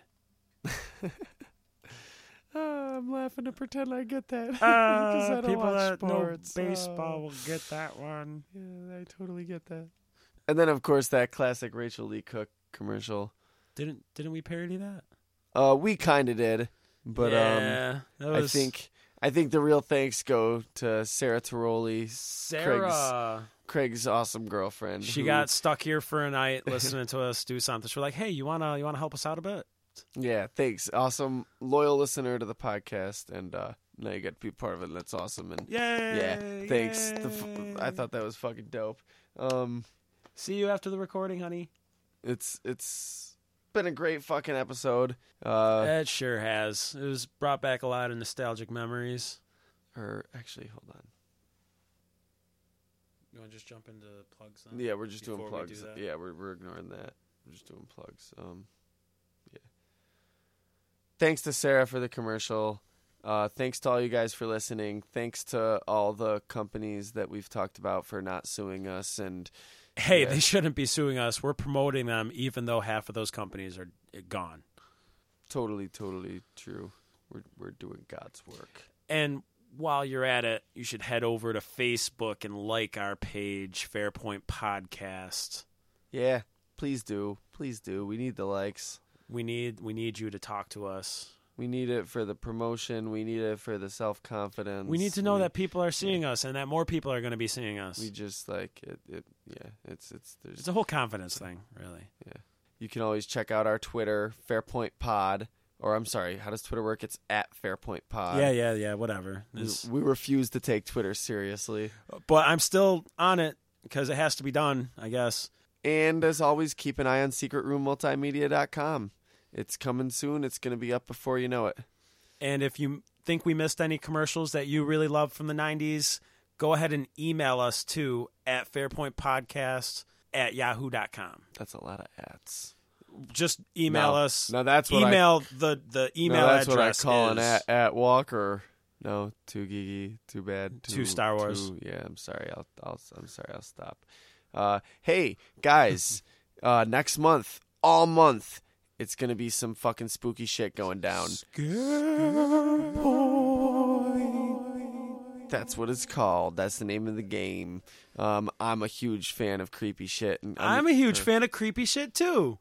"Oh, I'm laughing to pretend I get that 'Cause Ah, I don't watch sports. Oh, will get that one. yeah, I totally get that. And then of course that classic Rachel Lee Cook commercial. Didn't didn't we parody that? Uh, we kind of did, but um, yeah, that I was think I think the real thanks go to Sarah Tiroli, Sarah. Craig's awesome girlfriend. She who- got stuck here for a night listening to us do something. She was like, "Hey, you wanna you wanna help us out a bit?" Yeah, thanks. Awesome, loyal listener to the podcast, and uh, now you get to be part of it. and That's awesome, and Yay! yeah, thanks. The yay. f- I thought that was fucking dope. Um, See you after the recording, honey. it's it's been a great fucking episode. Uh, That sure has. It was brought back a lot of nostalgic memories. or actually, hold on. You want to just jump into plugs? Yeah, we're just doing Uh, before we do plugs. that. yeah, we're we're ignoring that. We're just doing plugs. Um, yeah. Thanks to Sarah for the commercial. Uh, thanks to all you guys for listening. Thanks to all the companies that we've talked about for not suing us and Hey, Yeah. they shouldn't be suing us. We're promoting them, even though half of those companies are eh, gone. totally, totally true. We're we're doing God's work. And while you're at it, you should head over to Facebook and like our page, Fairpoint Podcast. Yeah, please do, please do. We need the likes. We need we need you to talk to us. We need it for the promotion. We need it for the self confidence. We need to know that people are seeing us and that more people are going to be seeing us. we just like it. it yeah, it's it's there's it's a whole confidence thing, really. You can always check out our Twitter, Fairpoint Pod, or I'm sorry, how does Twitter work? It's at Fairpoint Pod. yeah, yeah, yeah, whatever. We, It's- we refuse to take Twitter seriously. but I'm still on it because it has to be done, I guess. And as always, keep an eye on secretroommultimedia.com. It's coming soon. It's going to be up before you know it. And if you think we missed any commercials that you really love from the 90s, go ahead and email us to at fairpointpodcast at yahoo.com. That's a lot of ads. Just email No. us. No, that's what I email the, the email no, that's address what I call an is- at, at Walker. No, too geeky, too bad, too, Too Star Wars. too- yeah, I'm sorry. I'll, I'll I'm sorry. I'll stop. Uh, hey guys, uh, next month, all month, it's gonna be some fucking spooky shit going down. That's what it's called. That's the name of the game. Um, I'm a huge fan of creepy shit, and I'm a huge fan of creepy shit too.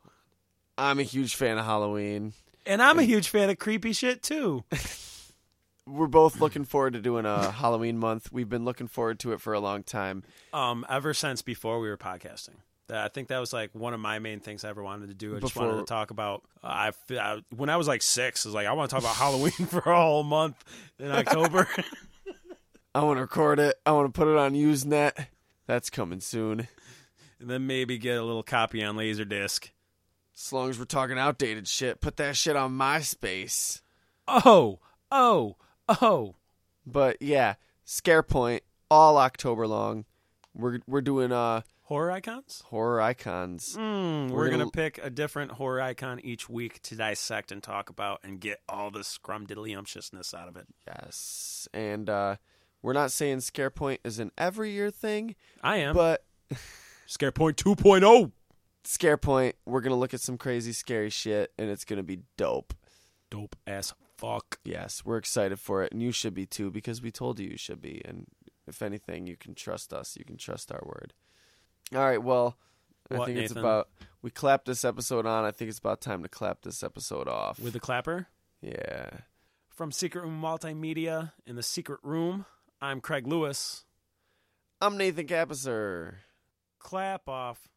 I'm a huge fan of Halloween. And I'm a huge fan of creepy shit too. We're both looking forward to doing a Halloween month. We've been looking forward to it for a long time. Um, ever since before we were podcasting, That- I think that was like one of my main things I ever wanted to do. I just wanted to Before- talk about. Uh, I, f- I- when I was like six, I was like, I want to talk about Halloween for a whole month in October. I want to record it. I want to put it on Usenet. That's coming soon. and then maybe get a little copy on Laserdisc. As long as we're talking outdated shit, put that shit on MySpace. Oh, oh, oh. But yeah, Scare Point all October long. We're we're doing uh Horror icons? horror icons. Mm, we're We're going gonna- to pick a different horror icon each week to dissect and talk about and get all the scrumdiddlyumptiousness out of it. Yes, and uh, we're not saying Scare Point is an every year thing, I am. but Scarepoint 2.0. Scare Point we're gonna look at some crazy scary shit, and it's gonna be dope. Dope as fuck. Yes, we're excited for it, and you should be too because we told you you should be. And if anything, you can trust us. You can trust our word. All right. Well, I What, think it's Nathan? about we clapped this episode on. I think it's about time to clap this episode off. With a clapper? yeah, From Secret Room Multimedia in the Secret Room, I'm Craig Lewis. I'm Nathan Capisser. Clap off.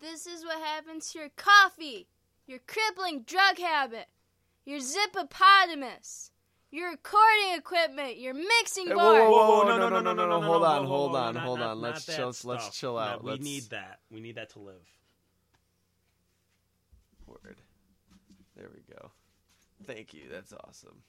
This is what happens to your coffee, your crippling drug habit, your zippopotamus, your recording equipment, your mixing Hey, board. whoa, whoa, whoa, Whoa, whoa, no, Oh, no, no, no, no, no, no, hold no, on, whoa, hold whoa, on, not- hold not- on, not let's that just- let's stuff. chill No, out, We let's- need that. We need that to live. Word. There we go. Thank you. That's awesome.